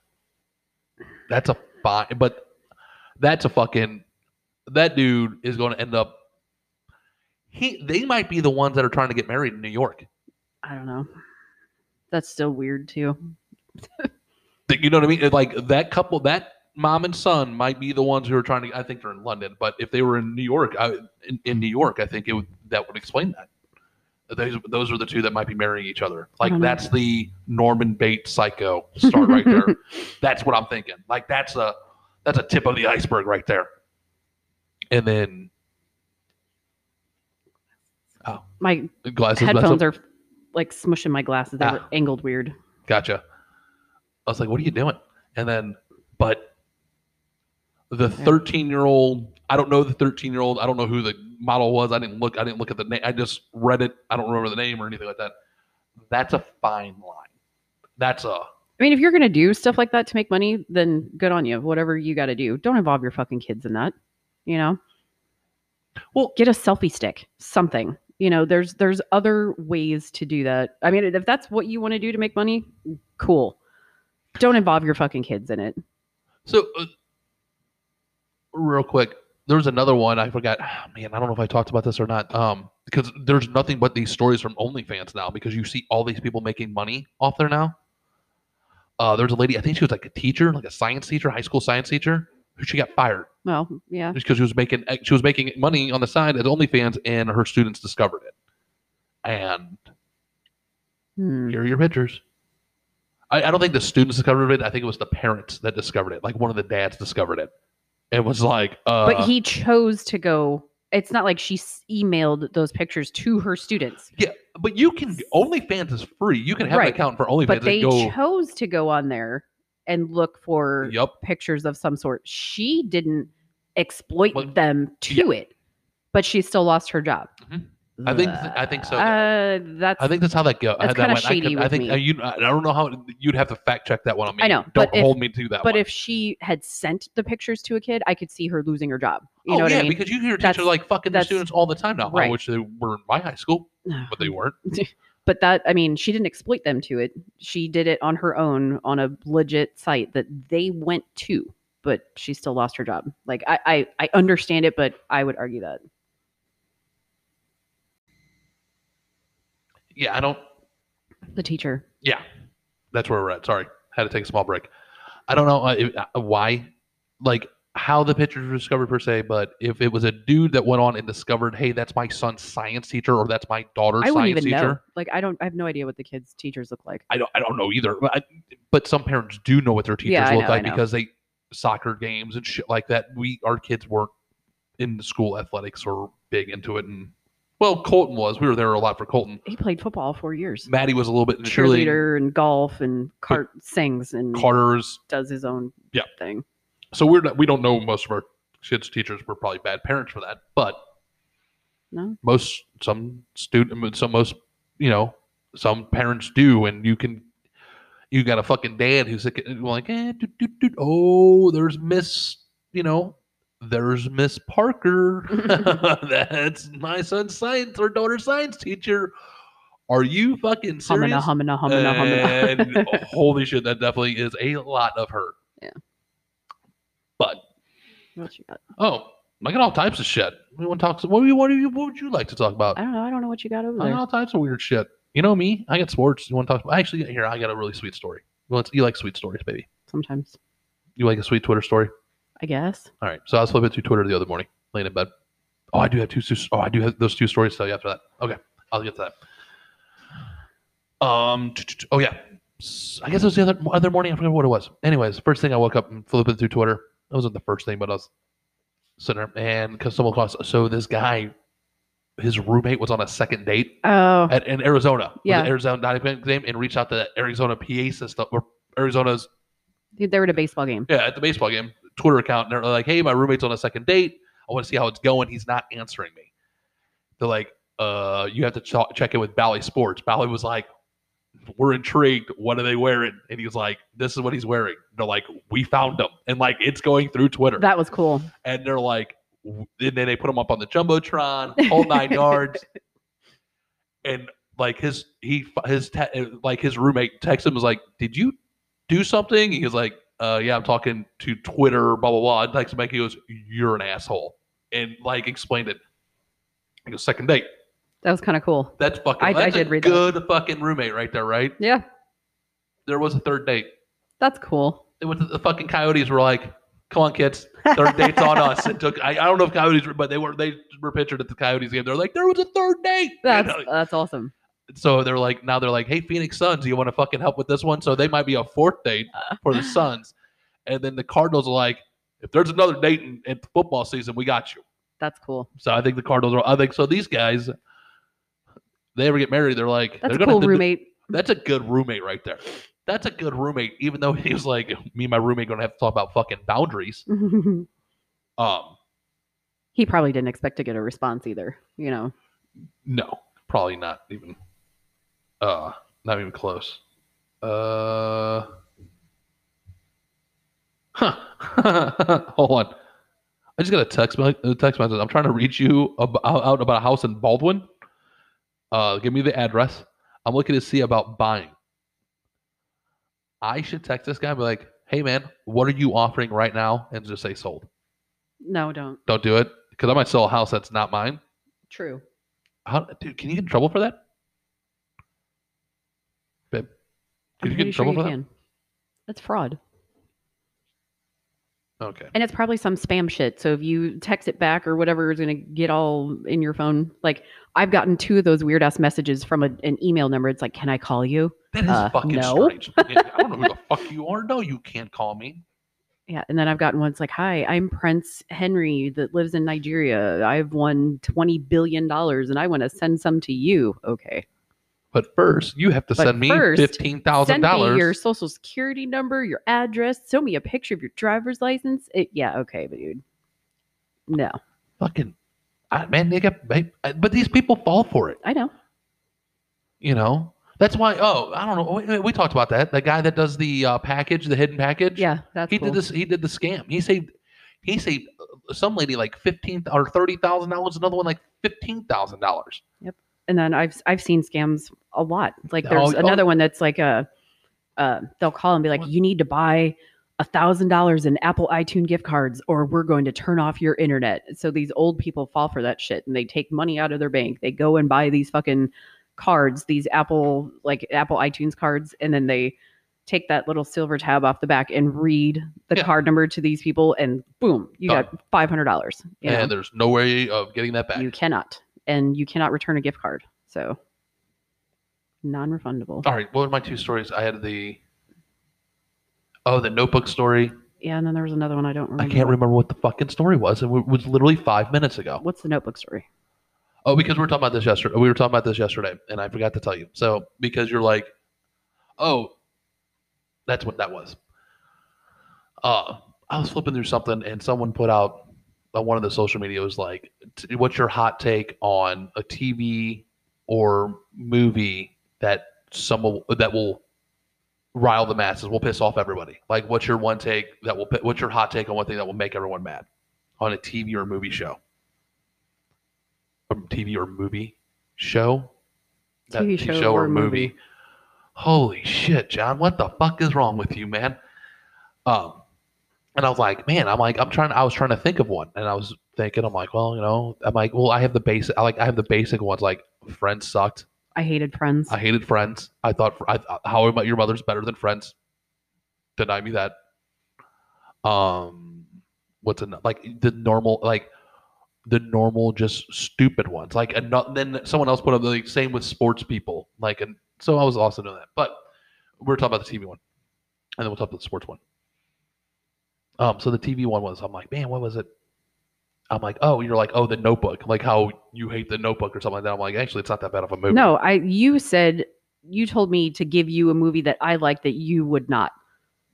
Speaker 1: that's a fine, but that's a fucking. That dude is going to end up. He, they might be the ones that are trying to get married in New York.
Speaker 2: I don't know. That's still weird too.
Speaker 1: Th- You know what I mean? It- Like that couple, that mom and son might be the ones who are trying to. I think they're in London, but if they were in New York, I, in, in New York, I think it would that would explain that. Those, those are the two that might be marrying each other. Like
Speaker 2: don't know.
Speaker 1: that's the Norman Bates psycho star right there. That's what I'm thinking. Like that's a that's a tip of the iceberg right there. And then
Speaker 2: My
Speaker 1: the glasses. mess
Speaker 2: headphones
Speaker 1: up.
Speaker 2: are like smushing my glasses. They were
Speaker 1: Ah.
Speaker 2: angled weird.
Speaker 1: Gotcha. I was like, what are you doing? And then, but the
Speaker 2: Yeah.
Speaker 1: 13 year old, I don't know the 13 year old. I don't know who the model was. I didn't look, I didn't look at the name. I just read it. I don't remember the name or anything like that. That's a fine line. That's a,
Speaker 2: I mean, if you're gonna do stuff like that to make money, then good on you. Whatever you got to do, don't involve your fucking kids in that. You know,
Speaker 1: well,
Speaker 2: get a selfie stick, something. You know, there's there's other ways to do that. I mean, if that's what you want to do to make money, cool. Don't involve your fucking kids in it.
Speaker 1: so uh, real quick, there was another one. I forgot, man, I don't know if I talked about this or not. Um, because there's nothing but these stories from OnlyFans now because you see all these people making money off there now. Uh, there's a lady, I think she was like a teacher, like a science teacher, high school science teacher, who she got fired
Speaker 2: Well, yeah,
Speaker 1: just because she was making eh, she was making money on the side as OnlyFans, and her students discovered it. And
Speaker 2: Hmm.
Speaker 1: here are your pictures. I, I don't think the students discovered it. I think it was the parents that discovered it. Like one of the dads discovered it. It was like, uh,
Speaker 2: but he chose to go. It's not like she s- emailed those pictures to her students,
Speaker 1: But you can OnlyFans is free. You can have
Speaker 2: Right.
Speaker 1: an account for OnlyFans
Speaker 2: but they
Speaker 1: and go.
Speaker 2: chose to go on there and look for
Speaker 1: Yep.
Speaker 2: pictures of some sort. She didn't exploit
Speaker 1: Well,
Speaker 2: them to it, but she still lost her job.
Speaker 1: Mhm. I think- I think so, though.
Speaker 2: Uh, that's.
Speaker 1: I think that's how that goes.
Speaker 2: that's kinda shady
Speaker 1: I,
Speaker 2: with
Speaker 1: think
Speaker 2: me.
Speaker 1: uh, you. I don't know how you'd have to fact check that one on me.
Speaker 2: I know,
Speaker 1: Don't
Speaker 2: but if-
Speaker 1: hold me to that.
Speaker 2: but
Speaker 1: one.
Speaker 2: if she had sent the pictures to a kid, I could see her losing her job. You
Speaker 1: oh
Speaker 2: know what
Speaker 1: yeah,
Speaker 2: I mean?
Speaker 1: because you hear teachers
Speaker 2: That's-
Speaker 1: like fucking their
Speaker 2: that's-
Speaker 1: students all the time now. I
Speaker 2: right.
Speaker 1: wish they were in my high school, but they weren't.
Speaker 2: But that, I mean, she didn't exploit them to it. She did it on her own on a legit site that they went to, but she still lost her job. Like, I, I, I understand it, but I would argue that.
Speaker 1: Yeah, I don't.
Speaker 2: The teacher.
Speaker 1: Yeah, that's where we're at. Sorry, had to take a small break. I don't know uh, if- uh, why, like how the pictures were discovered per se, but if it was a dude that went on and discovered, hey, that's my son's science teacher or that's my daughter's
Speaker 2: I wouldn't
Speaker 1: science
Speaker 2: even
Speaker 1: teacher.
Speaker 2: know. Like, I don't, I have no idea what the kids' teachers look like.
Speaker 1: I don't, I don't know either. But, I, but some parents do know what their teachers
Speaker 2: Yeah, I
Speaker 1: look
Speaker 2: know, I
Speaker 1: like
Speaker 2: know.
Speaker 1: because they soccer games and shit like that. We our kids weren't in the school athletics or big into it, and well, Colton was. We were there a lot for Colton.
Speaker 2: He played football four years.
Speaker 1: Maddie was a little bit in cheerleading.
Speaker 2: cheerleader and golf and cart sings and
Speaker 1: Carter's.
Speaker 2: does his own
Speaker 1: Yeah.
Speaker 2: thing.
Speaker 1: So we're not, we don't know most of our kids' teachers were probably bad parents for that, but
Speaker 2: No.
Speaker 1: most some student some most you know some parents do, and you can. You got a fucking dad who's like, like eh, doot, doot, doot. oh, there's Miss, you know, there's Miss Parker. That's my son's science or daughter's science teacher. Are you fucking serious? Uh,
Speaker 2: Humana, humana, humana, humana.
Speaker 1: and holy shit, that definitely is a lot of her.
Speaker 2: Yeah.
Speaker 1: But
Speaker 2: What you got?
Speaker 1: oh, I got all types of shit. We want to talk. What do you? What do you? What would you like to talk about?
Speaker 2: I don't know. I don't know what you got over
Speaker 1: I
Speaker 2: there.
Speaker 1: got all types of weird shit. You know me. I got sports. You want to talk? About, actually, here I got a really sweet story. You, want, you like sweet stories, baby?
Speaker 2: Sometimes,
Speaker 1: You like a sweet Twitter story?
Speaker 2: I guess.
Speaker 1: All right. So I was flipping through Twitter the other morning, laying in bed. Oh, I do have two. Oh, I do have those two stories to tell you after that. Okay, I'll get to that. Um. t- t- t- Oh yeah. S- I guess it was the other other morning. I forget what it was. Anyways, first thing I woke up and flipping through Twitter. That wasn't the first thing, but I was sitting there and because someone across. So this guy, his roommate was on a second date
Speaker 2: Oh,
Speaker 1: at, in Arizona. with
Speaker 2: Yeah.
Speaker 1: the Arizona not even name and reached out to the Arizona PA system or Arizona's
Speaker 2: dude, they were at a baseball game.
Speaker 1: yeah, at the baseball game, Twitter account, and they're like, "Hey, my roommate's on a second date. I want to see how it's going. He's not answering me." They're like, "Uh, you have to ch- check in with Bally Sports." Bally was like, "We're intrigued. What are they wearing?" And he was like, "This is what he's wearing." They're like, "We found him," and like it's going through Twitter,
Speaker 2: That was cool.
Speaker 1: and they're like, w- and then they put him up on the jumbotron, whole nine yards, and like his he f- his te- eh, like his roommate texted him was like, "Did you do something?" He was like, "Uh, yeah, I'm talking to Twitter, blah blah blah." And texted back, he goes, "You're an asshole," and like explained it. He goes, second date.
Speaker 2: That was kind of cool.
Speaker 1: That's fucking.
Speaker 2: I- I
Speaker 1: that's a
Speaker 2: did read that.
Speaker 1: good fucking roommate right there, right?
Speaker 2: Yeah,
Speaker 1: There was a third date.
Speaker 2: that's cool.
Speaker 1: They went to the fucking coyotes. Were like, "Come on, kids, third date's on us. It took I, I don't know if coyotes were, but they were they were pictured at the coyotes game. They're like, there was a third date. You
Speaker 2: That's
Speaker 1: know?
Speaker 2: that's awesome.
Speaker 1: So they're like now they're like, hey Phoenix Suns, you want to fucking help with this one? So they might be a fourth date
Speaker 2: Uh.
Speaker 1: for the Suns. And then the Cardinals are like, if there's another date in, in football season, we got you.
Speaker 2: That's cool.
Speaker 1: So I think the Cardinals are I think so these guys they ever get married, they're like
Speaker 2: That's
Speaker 1: they're
Speaker 2: a
Speaker 1: gonna have
Speaker 2: cool
Speaker 1: to do-
Speaker 2: roommate.
Speaker 1: that's a good roommate right there. That's a good roommate, even though he was like, me and my roommate gonna have to talk about fucking boundaries. Um,
Speaker 2: he probably didn't expect to get a response either. You know,
Speaker 1: no, probably not even. Uh, not even close. Uh, huh. Hold on. I just got a text me- a text message. I'm trying to reach you ab- out about a house in Baldwin. Uh, give me the address. I'm looking to see about buying. I should text this guy and be like, "Hey man, what are you offering right now?" And just say sold.
Speaker 2: no, don't.
Speaker 1: Don't do it because I might sell a house that's not mine.
Speaker 2: True.
Speaker 1: How, dude, can you get in trouble for that? Babe,
Speaker 2: I'm
Speaker 1: could you get
Speaker 2: pretty
Speaker 1: in
Speaker 2: sure
Speaker 1: trouble
Speaker 2: you
Speaker 1: for
Speaker 2: can. That's fraud,
Speaker 1: that? Okay.
Speaker 2: and it's probably some spam shit. So if you text it back or whatever is gonna get all in your phone, like I've gotten two of those weird ass messages from a, an email number. It's like, can I call you?
Speaker 1: That is
Speaker 2: Uh,
Speaker 1: fucking
Speaker 2: no.
Speaker 1: strange. Yeah, I don't know who the fuck you are. No, you can't call me.
Speaker 2: Yeah, and then I've gotten ones like, "Hi, I'm Prince Henry that lives in Nigeria. I've won twenty billion dollars, and I want to send some to you." Okay,
Speaker 1: But first, you have to
Speaker 2: But
Speaker 1: send me
Speaker 2: first,
Speaker 1: fifteen thousand
Speaker 2: send me your
Speaker 1: dollars.
Speaker 2: social security number, your address, show me a picture of your driver's license. It, yeah, okay, dude. No,
Speaker 1: Fucking I, man, they get. They, I- but these people fall for it.
Speaker 2: I know.
Speaker 1: You know. That's why. Oh, I don't know. We, we talked about that. The guy that does the uh, package, the hidden package.
Speaker 2: Yeah, that's
Speaker 1: he
Speaker 2: cool.
Speaker 1: did this. He did the scam. He saved. He saved uh, some lady like fifteen or thirty thousand dollars. Another one like fifteen thousand dollars.
Speaker 2: and then I've I've seen scams a lot. Like there's
Speaker 1: Oh, oh.
Speaker 2: another one that's like a, uh, they'll call and be like,
Speaker 1: What?
Speaker 2: "You need to buy." A thousand dollars in Apple iTunes gift cards, or we're going to turn off your internet. So these old people fall for that shit, and they take money out of their bank. They go and buy these fucking cards, these Apple like Apple iTunes cards, and then they take that little silver tab off the back and read the
Speaker 1: Yeah.
Speaker 2: card number to these people, and boom, you
Speaker 1: Done.
Speaker 2: got five hundred dollars. You, know?
Speaker 1: and there's no way of getting that back.
Speaker 2: you cannot, and you cannot return a gift card. So non-refundable.
Speaker 1: All right, what were my two stories? I had the oh, the notebook story.
Speaker 2: Yeah, and then there was another one I don't remember.
Speaker 1: I can't
Speaker 2: what-
Speaker 1: remember what the fucking story was. It w- was literally five minutes ago.
Speaker 2: What's the notebook story?
Speaker 1: Oh, because we were talking about this yesterday. We were talking about this yesterday, and I forgot to tell you. So because you're like, oh, that's what that was. Uh, I was flipping through something, and someone put out on one of the social media it was like, t- "What's your hot take on a TV or movie that someone that will rile the masses, will piss off everybody? Like, what's your one take that will? pi- What's your hot take on one thing that will make everyone mad on a TV or movie show?" a TV or movie show. that
Speaker 2: TV
Speaker 1: TV
Speaker 2: show
Speaker 1: show,
Speaker 2: or
Speaker 1: or movie. Holy shit, John! What the fuck is wrong with you, man? Um, and I was like, man, I'm like, I'm trying. I was trying to think of one, and I was thinking, I'm like, well, you know, I'm like, well, I have the basic. I like, I have the basic ones. Like, Friends sucked.
Speaker 2: I hated Friends.
Speaker 1: I hated Friends. I thought, I, I- How I Met Your Mother's better than Friends. Deny me that. Um, what's an, like the normal like the normal just stupid ones like and not, then someone else put up the like, same with sports people like and so I was also doing that but we're talking about the TV one and then we'll talk about the sports one. Um, so the TV one was I'm like man what was it. I'm like, oh, you're like, oh, the Notebook, like how you hate the Notebook or something like that. I'm like, actually, it's not that bad of a movie.
Speaker 2: no, I you said you told me to give you a movie that I like that you would not.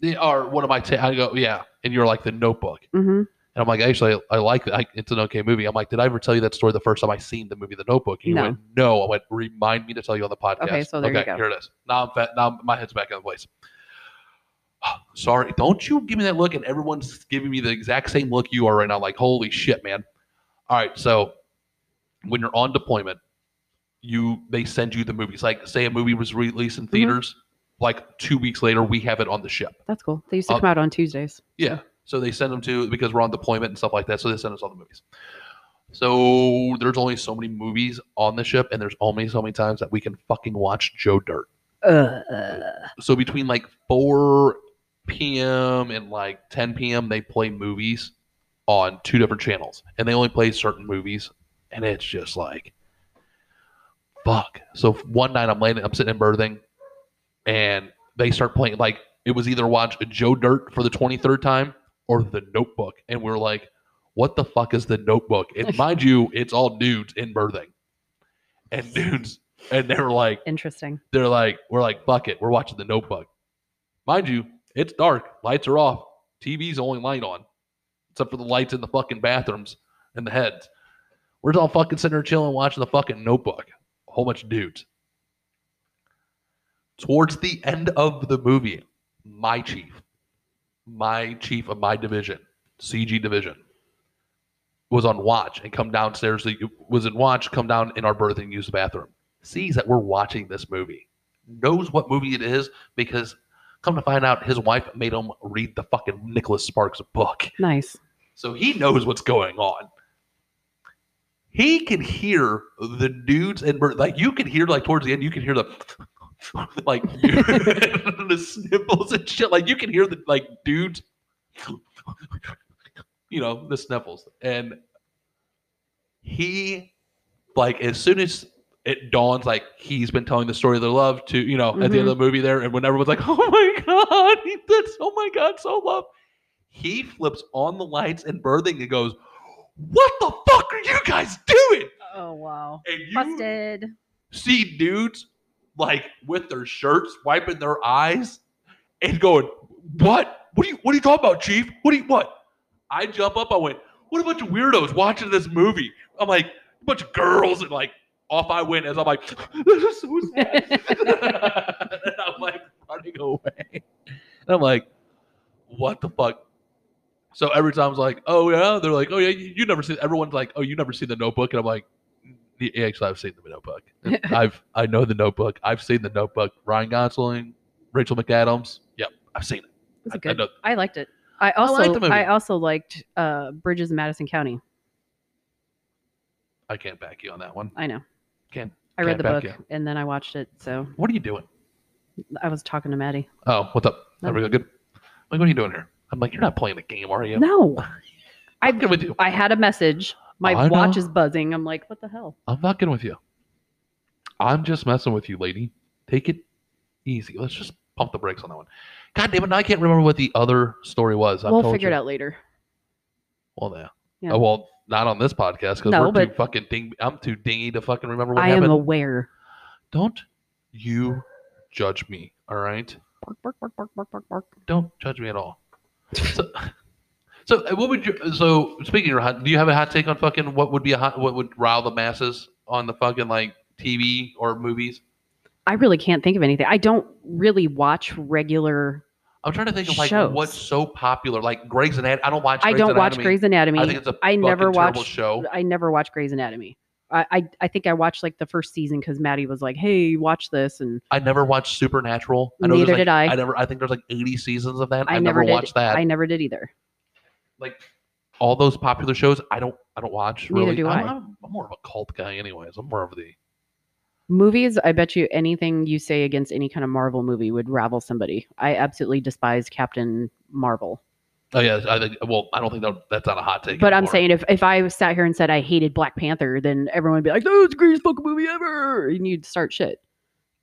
Speaker 1: they are one of my ta- I go yeah and you're like the notebook
Speaker 2: Mm-hmm.
Speaker 1: and i'm like actually i, I like it I, it's an okay movie i'm like did i ever tell you that story the first time i seen the movie the notebook and you
Speaker 2: No.
Speaker 1: went no i went remind me to tell you on the podcast
Speaker 2: Okay, so there you go.
Speaker 1: here it is now i'm fat now my head's back in place sorry don't you give me that look and everyone's giving me the exact same look you are right now like holy shit man all right so when you're on deployment you they send you the movies like say a movie was released
Speaker 2: Mm-hmm.
Speaker 1: in theaters like two weeks later we have it on the ship
Speaker 2: That's cool. They used to
Speaker 1: Uh,
Speaker 2: come out on Tuesdays.
Speaker 1: yeah. So they send them to because we're on deployment and stuff like that. So they send us all the movies. So there's only so many movies on the ship, and there's only so many times that we can fucking watch Joe Dirt.
Speaker 2: Uh,
Speaker 1: So between like 4 p.m. and like 10 p.m., they play movies on two different channels, and they only play certain movies, and it's just like, fuck. So one night I'm laying, I'm sitting in birthing, and they start playing like it was either watch Joe Dirt for the 23rd time or The Notebook, and we're like, what the fuck is The Notebook? And mind you, it's all dudes in birthing, and dudes, and they're like
Speaker 2: interesting.
Speaker 1: they're like, we're like, fuck it, we're watching the notebook. Mind you, it's dark, lights are off, TV's the only light on, except for the lights in the fucking bathrooms and the heads. We're just all fucking sitting there chilling, watching the fucking notebook. A whole bunch of dudes. Towards the end of the movie, my chief, my chief of my division, CG division, was on watch and come downstairs. to- Was in watch, come down in our berth and use the bathroom sees that we're watching this movie, knows what movie it is because come to find out his wife made him read the fucking Nicholas Sparks book.
Speaker 2: Nice.
Speaker 1: So he knows what's going on. He can hear the dudes and Bert, like you can hear like towards the end, you can hear the like dude, the sniffles and shit. Like you can hear the like dudes, you know, the sniffles. And he like as soon as it dawns, like he's been telling the story of their love to, you know, at the end of the movie there, and when everyone's like, Oh my god, he that's oh my god, so love he flips on the lights and birthing and goes, What the fuck are you guys doing?
Speaker 2: Oh wow.
Speaker 1: And you
Speaker 2: Busted.
Speaker 1: see dudes like with their shirts wiping their eyes and going, What? What are you what are you talking about, Chief? What do you what? I jump up, I went, What a bunch of weirdos watching this movie. I'm like, a bunch of girls and like off I went as I'm like, this is so sad. and I'm like running away. And I'm like, what the fuck? So every time I was like, oh yeah, they're like, oh yeah, you, you never see. Everyone's like, oh, you never see the Notebook, and I'm like, yeah, actually, I've seen the Notebook. And I've I know the Notebook. I've seen the Notebook. Ryan Gosling, Rachel McAdams. Yep, I've seen it.
Speaker 2: It was
Speaker 1: I- I
Speaker 2: good.
Speaker 1: know-
Speaker 2: I, liked it. I
Speaker 1: I liked
Speaker 2: also
Speaker 1: the
Speaker 2: I,
Speaker 1: movie.
Speaker 2: also liked uh, Bridges in Madison County.
Speaker 1: I can't back you on that one.
Speaker 2: I know.
Speaker 1: Can
Speaker 2: I read
Speaker 1: Can't
Speaker 2: the
Speaker 1: back
Speaker 2: book and then I watched it. So
Speaker 1: what are you doing?
Speaker 2: I was talking to Maddie.
Speaker 1: Oh, what's up?
Speaker 2: No.
Speaker 1: There we go. Good. I'm like, what are you doing here? I'm like, you're not playing the game, are you?
Speaker 2: No,
Speaker 1: I'm
Speaker 2: I
Speaker 1: good with you.
Speaker 2: I had a message. My
Speaker 1: I know.
Speaker 2: watch is buzzing. I'm like, what the hell?
Speaker 1: I'm fucking with you. I'm just messing with you, lady. Take it easy. Let's just pump the brakes on that one. God damn it! now I can't remember what the other story was. I
Speaker 2: we'll
Speaker 1: told
Speaker 2: figure it
Speaker 1: you.
Speaker 2: out later.
Speaker 1: Well, yeah.
Speaker 2: Yeah.
Speaker 1: Oh, well, not on this podcast because
Speaker 2: No,
Speaker 1: we're too
Speaker 2: but-
Speaker 1: fucking ding. I'm too dingy to fucking remember what
Speaker 2: I am
Speaker 1: happened.
Speaker 2: aware.
Speaker 1: Don't you judge me, all right?
Speaker 2: Bark, bark, bark, bark, bark, bark, bark.
Speaker 1: Don't judge me at all. So, so uh, what would you? So speaking of hot, do you have a hot take on fucking what would be a hot? What would rile the masses on the fucking like TV or movies?
Speaker 2: I really can't think of anything. I don't really watch regular.
Speaker 1: I'm trying to think of like
Speaker 2: Shows.
Speaker 1: what's so popular. Like Grey's Anatomy. I don't watch.
Speaker 2: I
Speaker 1: Grey's
Speaker 2: don't watch
Speaker 1: Anatomy.
Speaker 2: Grey's Anatomy.
Speaker 1: I think it's a
Speaker 2: I never
Speaker 1: fucking terrible
Speaker 2: watched-
Speaker 1: show.
Speaker 2: I never watch Grey's Anatomy. I, I, I think I watched like the first season because Maddie was like, "Hey, watch this," and
Speaker 1: I never watched Supernatural. I know
Speaker 2: Neither
Speaker 1: there's, like,
Speaker 2: did I.
Speaker 1: I never. I think there's like 80 seasons of that. I,
Speaker 2: I
Speaker 1: never,
Speaker 2: never did.
Speaker 1: watched that.
Speaker 2: I never did either.
Speaker 1: like all those popular shows, I don't. I don't watch.
Speaker 2: Neither
Speaker 1: Really,
Speaker 2: do
Speaker 1: I'm,
Speaker 2: I.
Speaker 1: I'm- I'm more of a cult guy, anyways. I'm more of the.
Speaker 2: Movies, I bet you anything you say against any kind of Marvel movie would ravel somebody. I absolutely despise Captain Marvel.
Speaker 1: Oh yeah, I think. Well, I don't think that that's not a hot take.
Speaker 2: But I'm
Speaker 1: anymore.
Speaker 2: saying if, if I sat here and said I hated Black Panther, then everyone would be like, no, it's the greatest fucking movie ever. And you'd start shit.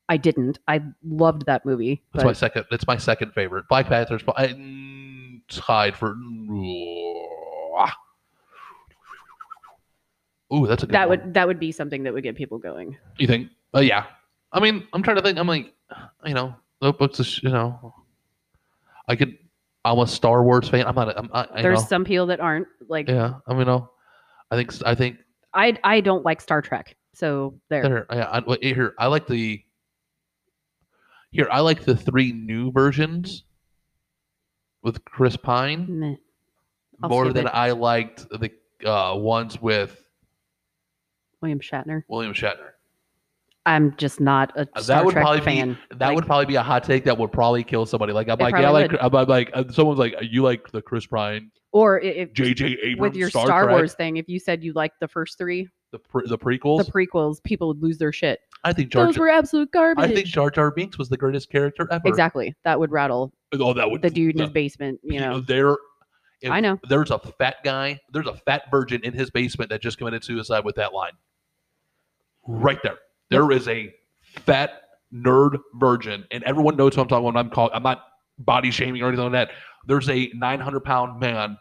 Speaker 2: I didn't. I loved that movie.
Speaker 1: that's my
Speaker 2: But
Speaker 1: second. That's my second favorite. Black Panther's I, mm, tied for. Ooh, that's a good.
Speaker 2: that
Speaker 1: one.
Speaker 2: would that would be something that would get people going.
Speaker 1: You think? Oh yeah. I mean, I'm trying to think. I'm like, you know, notebooks. Is, you know, I could. I'm a Star Wars fan. I'm not. A, I'm, I, I
Speaker 2: There's
Speaker 1: know.
Speaker 2: some people that aren't. Like
Speaker 1: Yeah, I mean, know. I think. I think
Speaker 2: I I don't like Star Trek. So there.
Speaker 1: there. Yeah, I, wait, here. I like the. Here, I like the three new versions. With Chris Pine,
Speaker 2: Meh. I'll
Speaker 1: more
Speaker 2: skip
Speaker 1: than
Speaker 2: it.
Speaker 1: I liked the uh, ones with
Speaker 2: William Shatner.
Speaker 1: William Shatner.
Speaker 2: I'm just not a
Speaker 1: Uh,
Speaker 2: Star
Speaker 1: that would
Speaker 2: Trek
Speaker 1: probably
Speaker 2: fan.
Speaker 1: be that would probably be a hot take that would probably kill somebody. Like I'm
Speaker 2: It
Speaker 1: like, yeah, I
Speaker 2: probably
Speaker 1: like I'm, I'm like uh, someone's like you like the Chris Pine,
Speaker 2: or i- if
Speaker 1: J.J. Abrams,
Speaker 2: with your Star,
Speaker 1: Star, Trek,
Speaker 2: Wars thing, if you said you liked the first three,
Speaker 1: the pre- the prequels.
Speaker 2: the prequels, people would lose their shit.
Speaker 1: I think Jar
Speaker 2: Those
Speaker 1: Jar,
Speaker 2: were absolute garbage.
Speaker 1: I think Jar Jar Binks was the greatest character ever.
Speaker 2: exactly. That would rattle
Speaker 1: Oh, that would
Speaker 2: the dude in his
Speaker 1: the-
Speaker 2: basement, you know.
Speaker 1: there. if
Speaker 2: I know.
Speaker 1: There's a fat guy. There's a fat virgin in his basement that just committed suicide with that line. Right there. There is a fat nerd virgin, and everyone knows who I'm talking about. I'm called. I'm not body shaming or anything like that. There's a 900 pound man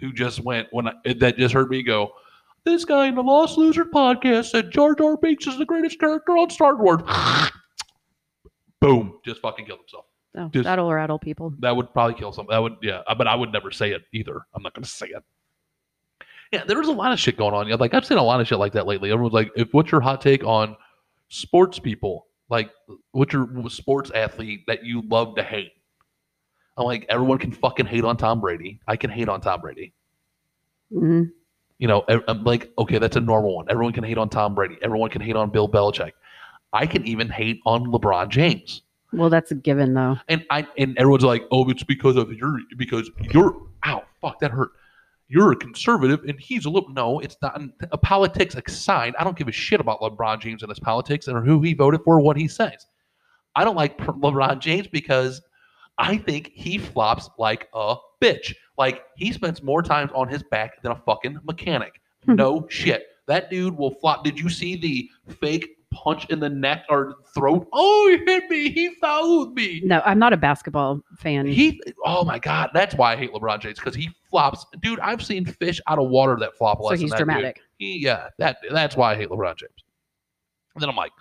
Speaker 1: who just went when I, that just heard me go. This guy in the Lost Loser podcast said Jar Jar Binks is the greatest character on Star Wars. Boom! Just fucking killed himself.
Speaker 2: Oh,
Speaker 1: just-
Speaker 2: that'll rattle people.
Speaker 1: That would probably kill some. That would, yeah. uh, But I would never say it either. I'm not going to say it. Yeah, there was a lot of shit going on. Yeah, Like I've seen a lot of shit like that lately. Everyone's like, "If what's your hot take on sports people? Like, what's your sports athlete that you love to hate?" I'm like, everyone can fucking hate on Tom Brady. I can hate on Tom Brady.
Speaker 2: hmm
Speaker 1: You know, ev- I'm like, okay, that's a normal one. Everyone can hate on Tom Brady. Everyone can hate on Bill Belichick. I can even hate on LeBron James.
Speaker 2: Well, that's a given, though.
Speaker 1: And I and everyone's like, oh, it's because of your because you're ow, fuck, that hurt. You're a conservative and he's a little no, it's not a politics aside. I don't give a shit about LeBron James and his politics and who he voted for, what he says. I don't like LeBron James because I think he flops like a bitch. Like he spends more time on his back than a fucking mechanic. No shit. That dude will flop. Did you see the fake punch in the neck or throat? Oh, he hit me. He fouled me.
Speaker 2: No, I'm not a basketball fan.
Speaker 1: He, oh my God, that's why I hate LeBron James because he flops. Dude, I've seen fish out of water that flop less.
Speaker 2: so
Speaker 1: than
Speaker 2: he's
Speaker 1: that dude.
Speaker 2: dramatic.
Speaker 1: He, yeah, that that's why I hate LeBron James. And then I'm like,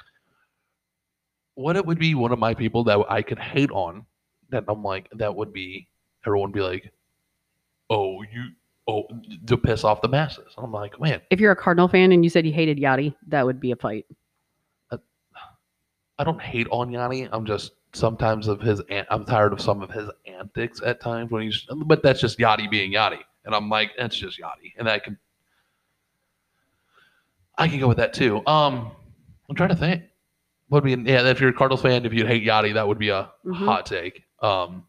Speaker 1: what it would be one of my people that I could hate on that I'm like that would be everyone would be like, oh you, oh to piss off the masses. I'm like, man,
Speaker 2: If you're a Cardinal fan and you said you hated Yachty, that would be a fight.
Speaker 1: I don't hate on Yanni. I'm just sometimes of his. an- I'm tired of some of his antics at times when he's. But that's just Yachty being Yachty, and I'm like, that's just Yachty, and I can. I can go with that too. Um, I'm trying to think. Would be yeah. If you're a Cardinals fan, if you hate Yachty, that would be a
Speaker 2: Mhm.
Speaker 1: hot take. Um,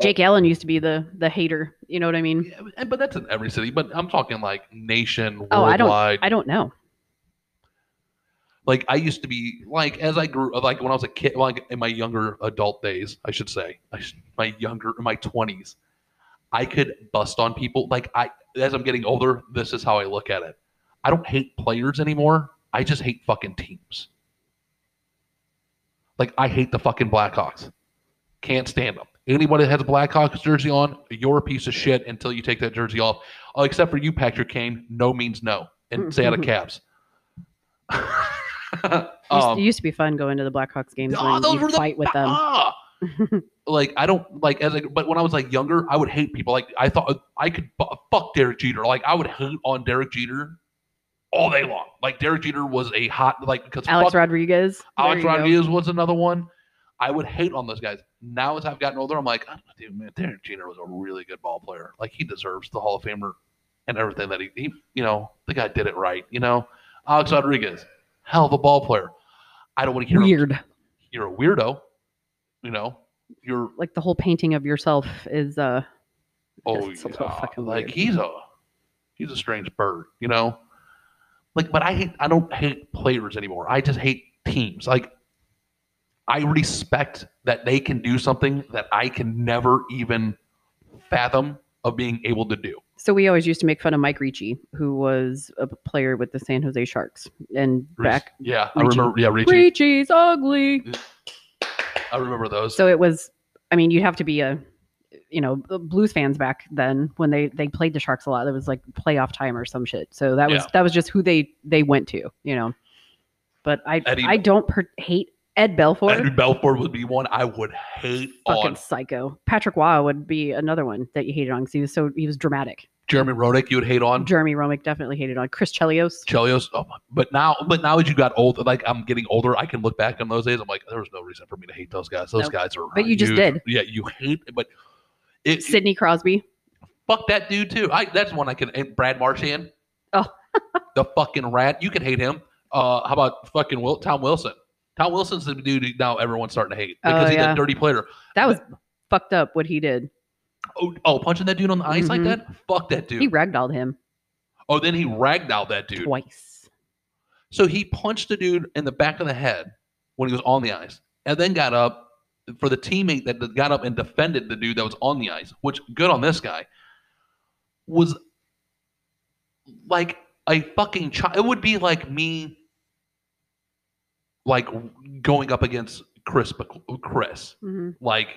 Speaker 2: Jake Allen used to be the the hater. You know what I mean?
Speaker 1: yeah, and- but that's in every city. But I'm talking like nation worldwide.
Speaker 2: Oh, I don't- I don't know.
Speaker 1: like I used to be like as I grew like when I was a kid like in my younger adult days I should say I should, my younger my 20s I could bust on people like I as I'm getting older this is how I look at it I don't hate players anymore I just hate fucking teams like I hate the fucking Blackhawks can't stand them anybody that has a Blackhawks jersey on you're a piece of shit until you take that jersey off oh, except for you Patrick Kane no means no and stay out of caps
Speaker 2: It used,
Speaker 1: Um,
Speaker 2: it used to be fun going to the Blackhawks games
Speaker 1: Oh,
Speaker 2: when
Speaker 1: those
Speaker 2: you
Speaker 1: were the
Speaker 2: fight with them.
Speaker 1: Ah! like I don't like as like, but when I was like younger, I would hate people. Like I thought I could bu- fuck Derek Jeter. Like I would hate on Derek Jeter all day long. Like Derek Jeter was a hot like because
Speaker 2: Alex
Speaker 1: fuck,
Speaker 2: Rodriguez. There
Speaker 1: Alex
Speaker 2: you go.
Speaker 1: Rodriguez was another one. I would hate on those guys. Now as I've gotten older, I'm like, oh, dude, man, Derek Jeter was a really good ball player. Like he deserves the Hall of Famer and everything that he, he you know, the guy did it right. You know, Alex Rodriguez, hell of a ball player. I don't want to hear
Speaker 2: Weird.
Speaker 1: You're a weirdo. You know, you're
Speaker 2: Like the whole painting of yourself is uh
Speaker 1: oh
Speaker 2: it's a little
Speaker 1: yeah,
Speaker 2: fucking
Speaker 1: like
Speaker 2: weird.
Speaker 1: he's a he's a strange bird. You know, like but I hate I don't hate players anymore. I just hate teams. Like I respect that they can do something that I can never even fathom of being able to do.
Speaker 2: so we always used to make fun of Mike Ricci, who was a player with the San Jose Sharks. And back
Speaker 1: Yeah,
Speaker 2: Ricci.
Speaker 1: I remember. Yeah, Ricci.
Speaker 2: Ricci's ugly.
Speaker 1: I remember those.
Speaker 2: So it was, I mean, you'd have to be a, you know, blues fans back then when they they played the Sharks a lot. It was like playoff time or some shit. So that was
Speaker 1: Yeah.
Speaker 2: that was just who they they went to, you know. But I
Speaker 1: Eddie-
Speaker 2: I don't per- hate Ed Belfour.
Speaker 1: Andrew Belfort would be one I would hate
Speaker 2: fucking
Speaker 1: on.
Speaker 2: psycho. Patrick Waugh would be another one that you hated on because he was so he was dramatic.
Speaker 1: Jeremy Roenick, you would hate on.
Speaker 2: Jeremy Romick definitely hated on Chris Chelios.
Speaker 1: Chelios. Oh my, but now, but now as you got older, like I'm getting older, I can look back on those days. I'm like, there was no reason for me to hate those guys. Those
Speaker 2: Nope.
Speaker 1: guys are.
Speaker 2: But you just
Speaker 1: huge.
Speaker 2: did.
Speaker 1: Yeah, you hate, but it,
Speaker 2: Sidney Crosby.
Speaker 1: fuck that dude too. I that's one I can. And Brad Marchand.
Speaker 2: Oh.
Speaker 1: the fucking rat. You can hate him. Uh, how about fucking Will, Tom Wilson? Tom Wilson's the dude who now everyone's starting to hate
Speaker 2: Oh,
Speaker 1: because he's
Speaker 2: yeah.
Speaker 1: a dirty player.
Speaker 2: That was fucked up what he did.
Speaker 1: Oh, oh, punching that dude on the ice like
Speaker 2: Mhm.
Speaker 1: that? Fuck that dude.
Speaker 2: He ragdolled him
Speaker 1: oh, then he ragdolled that dude.
Speaker 2: twice.
Speaker 1: So he punched a dude in the back of the head when he was on the ice, and then got up for the teammate that got up and defended the dude that was on the ice, which good on this guy, was like a fucking child. It would be like me, like going up against Chris, Mc- Chris,
Speaker 2: hmm
Speaker 1: like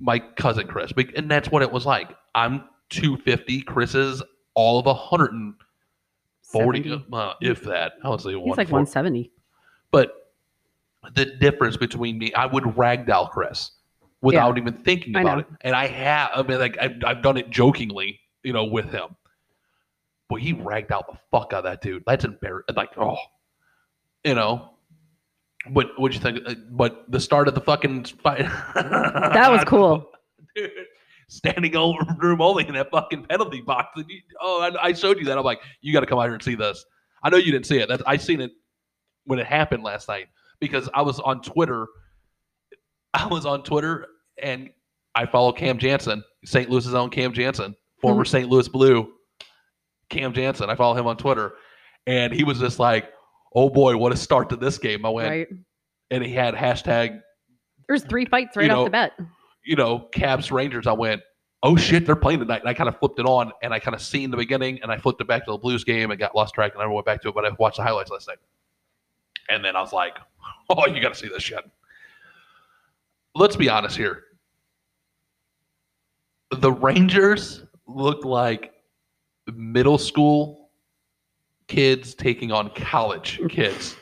Speaker 1: my cousin Chris, Be- and that's what it was like. I'm 250, Chris is all of 140, uh, if that. I would say
Speaker 2: He's like
Speaker 1: 140.
Speaker 2: 170.
Speaker 1: But the difference between me, I would ragdoll Chris without even thinking
Speaker 2: I
Speaker 1: about
Speaker 2: know.
Speaker 1: it. And I have, I mean, like, I've, I've done it jokingly, you know, with him. But he ragged out the fuck out of that dude. That's embarrassing. Like, oh, you know. But what'd you think? uh, But the start of the fucking fight.
Speaker 2: That
Speaker 1: that
Speaker 2: was cool.
Speaker 1: Dude, standing over room only in that fucking penalty box. And you, oh, I, I showed you that. I'm like, you got to come out here and see this. I know you didn't see it. That's, I seen it when it happened last night because I was on Twitter. I was on Twitter and I follow Cam Jansen, St. Louis's own Cam Jansen, former St. Louis Blue, Cam Jansen. I follow him on Twitter, and he was just like, "Oh boy, what a start to this game!" I went,
Speaker 2: Right.
Speaker 1: and he had hashtag
Speaker 2: There's three fights
Speaker 1: You
Speaker 2: right
Speaker 1: know,
Speaker 2: off the bat.
Speaker 1: you know, Cavs Rangers, I went, oh shit, they're playing tonight. And I kind of flipped it on and I kind of seen the beginning and I flipped it back to the Blues game and got lost track and I never went back to it, but I watched the highlights last night. And then I was like, oh, you got to see this shit. Let's be honest here. The Rangers look like middle school kids taking on college kids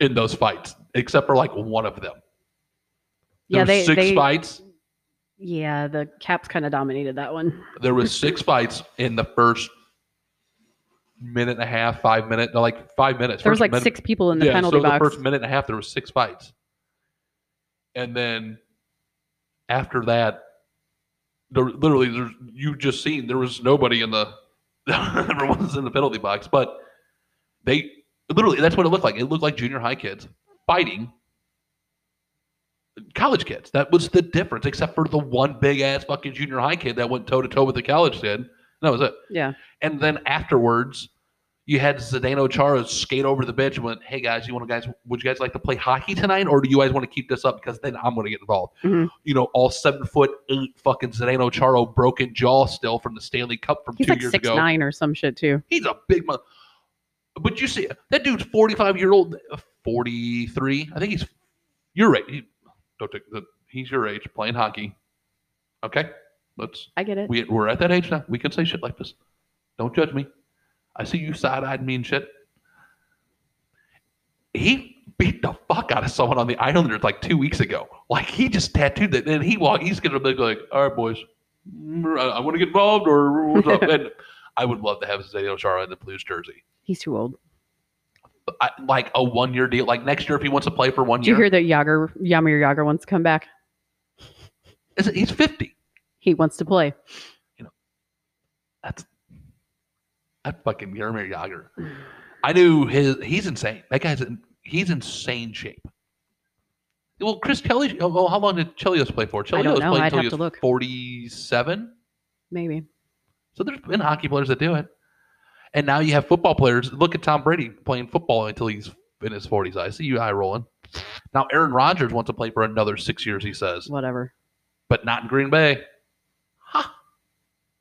Speaker 1: in those fights, except for like one of them. There
Speaker 2: Yeah,
Speaker 1: was
Speaker 2: they,
Speaker 1: six
Speaker 2: they
Speaker 1: fights.
Speaker 2: yeah, the Caps kind of dominated that one.
Speaker 1: There was six fights in the first minute and a half, five minute, no, like five minutes.
Speaker 2: There was
Speaker 1: First
Speaker 2: like
Speaker 1: minute-
Speaker 2: six people in the
Speaker 1: yeah,
Speaker 2: penalty
Speaker 1: so
Speaker 2: box.
Speaker 1: the first minute and a half, there was six fights, and then after that, there literally there's you just seen there was nobody in the everyone's in the penalty box, but they literally that's what it looked like. It looked like junior high kids fighting college kids. That was the difference, except for the one big ass fucking junior high kid that went toe to toe with the college kid. and That was it.
Speaker 2: yeah,
Speaker 1: And then afterwards, you had Zdeno Chara skate over the bench and went, "Hey guys, you want to guys? Would you guys like to play hockey tonight, or do you guys want to keep this up? Because then I'm going to get involved."
Speaker 2: Mhm.
Speaker 1: You know, all seven foot eight fucking Zdeno Charo broken jaw still from the Stanley Cup from
Speaker 2: he's
Speaker 1: two
Speaker 2: like
Speaker 1: years
Speaker 2: six
Speaker 1: ago.
Speaker 2: nine or some shit too.
Speaker 1: He's a big mother. But you see, that dude's 45 year old, 43. I think he's your age. He, don't take the, he's your age playing hockey. Okay, let's
Speaker 2: I get it.
Speaker 1: we, we're at that age now. We can say shit like this. Don't judge me. I see you side eyed me and shit. He beat the fuck out of someone on the Islanders like two weeks ago. Like he just tattooed it, and he walk. He's gonna be like, "All right, boys, mm, I, want to get involved, or what's up?" and I would love to have Zdeno Chara in the Blues jersey,
Speaker 2: he's too old.
Speaker 1: But I, like a one year deal. Like next year, if he wants to play for one
Speaker 2: Did you
Speaker 1: year,
Speaker 2: hear that Yager Yamir Yager wants to come back?
Speaker 1: is it- he's fifty.
Speaker 2: He wants to play.
Speaker 1: I fucking Yarmir Yager. I knew his. He's insane. That guy's in, he's insane shape. Well, Chris Kelly. Oh, oh, how long did Chelios play for? Chelios
Speaker 2: I don't know.
Speaker 1: played
Speaker 2: I'd
Speaker 1: until
Speaker 2: have
Speaker 1: he
Speaker 2: to
Speaker 1: was
Speaker 2: look.
Speaker 1: forty-seven.
Speaker 2: Maybe.
Speaker 1: So there's been hockey players that do it, and now you have football players. Look at Tom Brady playing football until he's in his forties. I see you eye rolling. Now Aaron Rodgers wants to play for another six years. He says,
Speaker 2: Whatever.
Speaker 1: but not in Green Bay.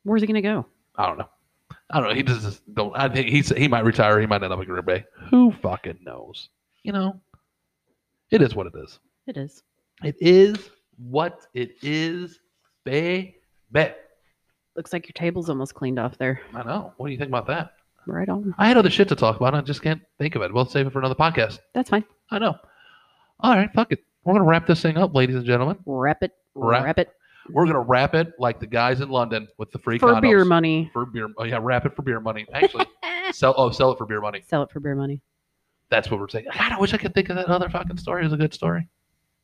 Speaker 2: Where's he gonna go?
Speaker 1: I don't know. I don't know. He just- just don't. I think he's he might retire. He might end up in Green Bay. Who fucking knows? You know, it is what it is.
Speaker 2: It is.
Speaker 1: It is what it is, baby. I
Speaker 2: Looks like your table's almost cleaned off there.
Speaker 1: know. What do you think about that?
Speaker 2: Right on.
Speaker 1: I had other shit to talk about. I just can't think of it. We'll save it for another podcast.
Speaker 2: That's fine.
Speaker 1: I know. All right, fuck it. We're gonna wrap this thing up, ladies and gentlemen.
Speaker 2: Wrap it.
Speaker 1: Wrap-
Speaker 2: Wrap, it
Speaker 1: We're gonna wrap it like the guys in London with the free
Speaker 2: for
Speaker 1: condoms.
Speaker 2: beer money.
Speaker 1: For beer. Oh yeah, wrap it for beer money. Actually, sell. Oh, sell it for beer money.
Speaker 2: Sell it for beer money.
Speaker 1: That's what we're saying. God, I wish I could think of that other fucking story. It was a good story.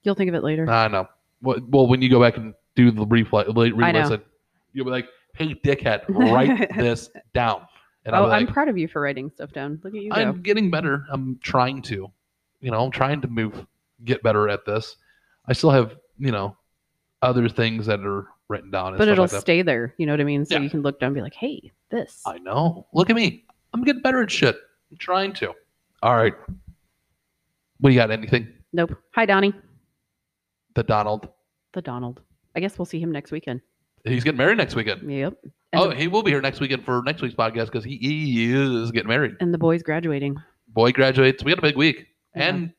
Speaker 2: You'll think of it later.
Speaker 1: I know. Well, well, when you go back and do the replay, re-
Speaker 2: I know.
Speaker 1: re-listen, you'll be like, "Hey, dickhead, write this down." And
Speaker 2: oh,
Speaker 1: I'll be
Speaker 2: I'm
Speaker 1: like,
Speaker 2: proud of you for writing stuff down. Look at you go.
Speaker 1: I'm getting better. I'm trying to, you know, I'm trying to move, get better at this. I still have, you know, other things that are written down. And
Speaker 2: but
Speaker 1: stuff
Speaker 2: it'll
Speaker 1: like that.
Speaker 2: stay there. You know what I mean? So
Speaker 1: Yeah.
Speaker 2: you can look down and be like, hey, this.
Speaker 1: I know. Look at me. I'm getting better at shit. I'm trying to. All right. What do you got? Anything?
Speaker 2: nope. Hi, Donnie.
Speaker 1: The Donald.
Speaker 2: The Donald. I guess we'll see him next weekend.
Speaker 1: He's getting married next weekend.
Speaker 2: Yep. And,
Speaker 1: Oh,
Speaker 2: the,
Speaker 1: he will be here next weekend for next week's podcast because he, he is getting married.
Speaker 2: and the boy's graduating.
Speaker 1: Boy graduates. We got a big week.
Speaker 2: Yeah.
Speaker 1: And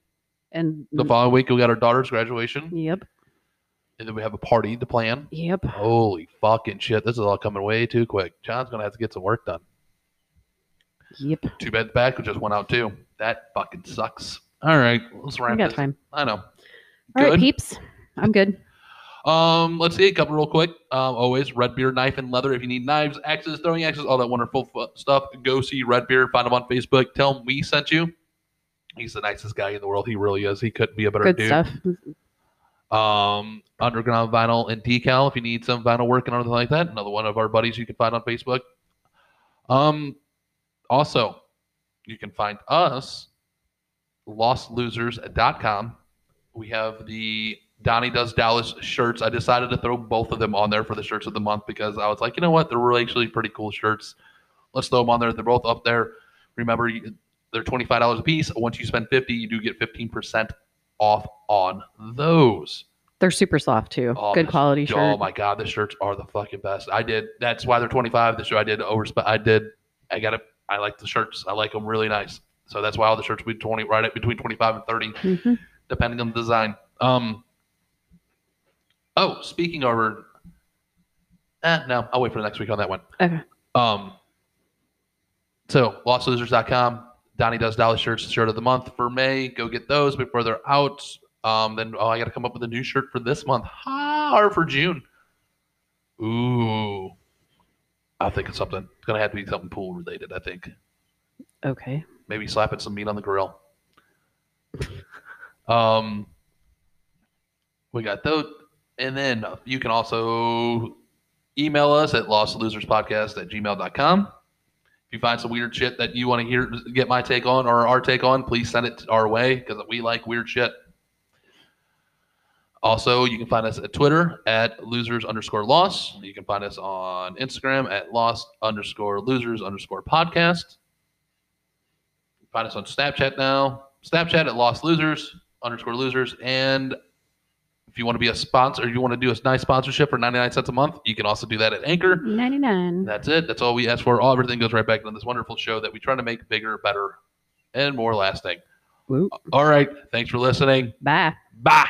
Speaker 2: And mm,
Speaker 1: the following week, we got our daughter's graduation.
Speaker 2: Yep.
Speaker 1: And then we have a party to plan.
Speaker 2: Yep.
Speaker 1: Holy fucking shit. This is all coming way too quick. John's going to have to get some work done.
Speaker 2: Yep.
Speaker 1: Two beds back, which just went out too. That fucking sucks. All right. Let's
Speaker 2: We
Speaker 1: wrap
Speaker 2: got
Speaker 1: this.
Speaker 2: time.
Speaker 1: I know.
Speaker 2: All right,
Speaker 1: Good.
Speaker 2: peeps. I'm good.
Speaker 1: Um, let's see a couple real quick. Um, always Red Beer Knife and Leather. If you need knives, axes, throwing axes, all that wonderful fu- stuff, go see Red Beer. Find him on Facebook. Tell him we sent you. He's the nicest guy in the world. He really is. He couldn't be a better
Speaker 2: Good
Speaker 1: dude.
Speaker 2: stuff.
Speaker 1: Um, Underground Vinyl and Decal. If you need some vinyl work and anything like that, another one of our buddies you can find on Facebook. Um, also, you can find us lostlosers.com. We have the Donnie Does Dallas shirts. I decided to throw both of them on there for the shirts of the month because I was like, you know what? They're really actually pretty cool shirts. Let's throw them on there. They're both up there. Remember, you- they're $25 a piece. Once you spend 50 you do get 15% off on those.
Speaker 2: They're super soft too.
Speaker 1: Oh,
Speaker 2: good
Speaker 1: this-
Speaker 2: quality shirt.
Speaker 1: Oh my god, the shirts are the fucking best. I did. That's why they're twenty five. The shirt I did over. I did. I got it. I like the shirts. I like them really nice. So that's why all the shirts will be twenty right at between twenty five and thirty,
Speaker 2: Mhm.
Speaker 1: depending on the design. Um. Oh, speaking over. Eh, no, I'll wait for the next week on that one.
Speaker 2: Okay.
Speaker 1: Um. So lostlosers.com. Donnie does dollar shirts, shirt of the month for May. Go get those before they're out. Um, then oh, I got to come up with a new shirt for this month, ha, or for June. Ooh, I think it's something. It's gonna have to be something pool related. I think
Speaker 2: Okay.
Speaker 1: maybe slapping some meat on the grill. Um, we got those, and then you can also email us at lostloserspodcast at gmail.com. If you find some weird shit that you want to hear, get my take on or our take on, please send it our way because we like weird shit. Also, you can find us at Twitter at losers underscore loss. You can find us on Instagram at lost underscore losers underscore podcast. Find us on Snapchat now. Snapchat at Lost Losers underscore losers. And if you want to be a sponsor, you want to do a nice sponsorship for 99 cents a month, you can also do that at Anchor.
Speaker 2: Ninety nine.
Speaker 1: That's it. That's all we ask for. All everything goes right back into this wonderful show that we try to make bigger, uh, better, and more lasting. All right. Thanks for listening.
Speaker 2: Bye.
Speaker 1: Bye.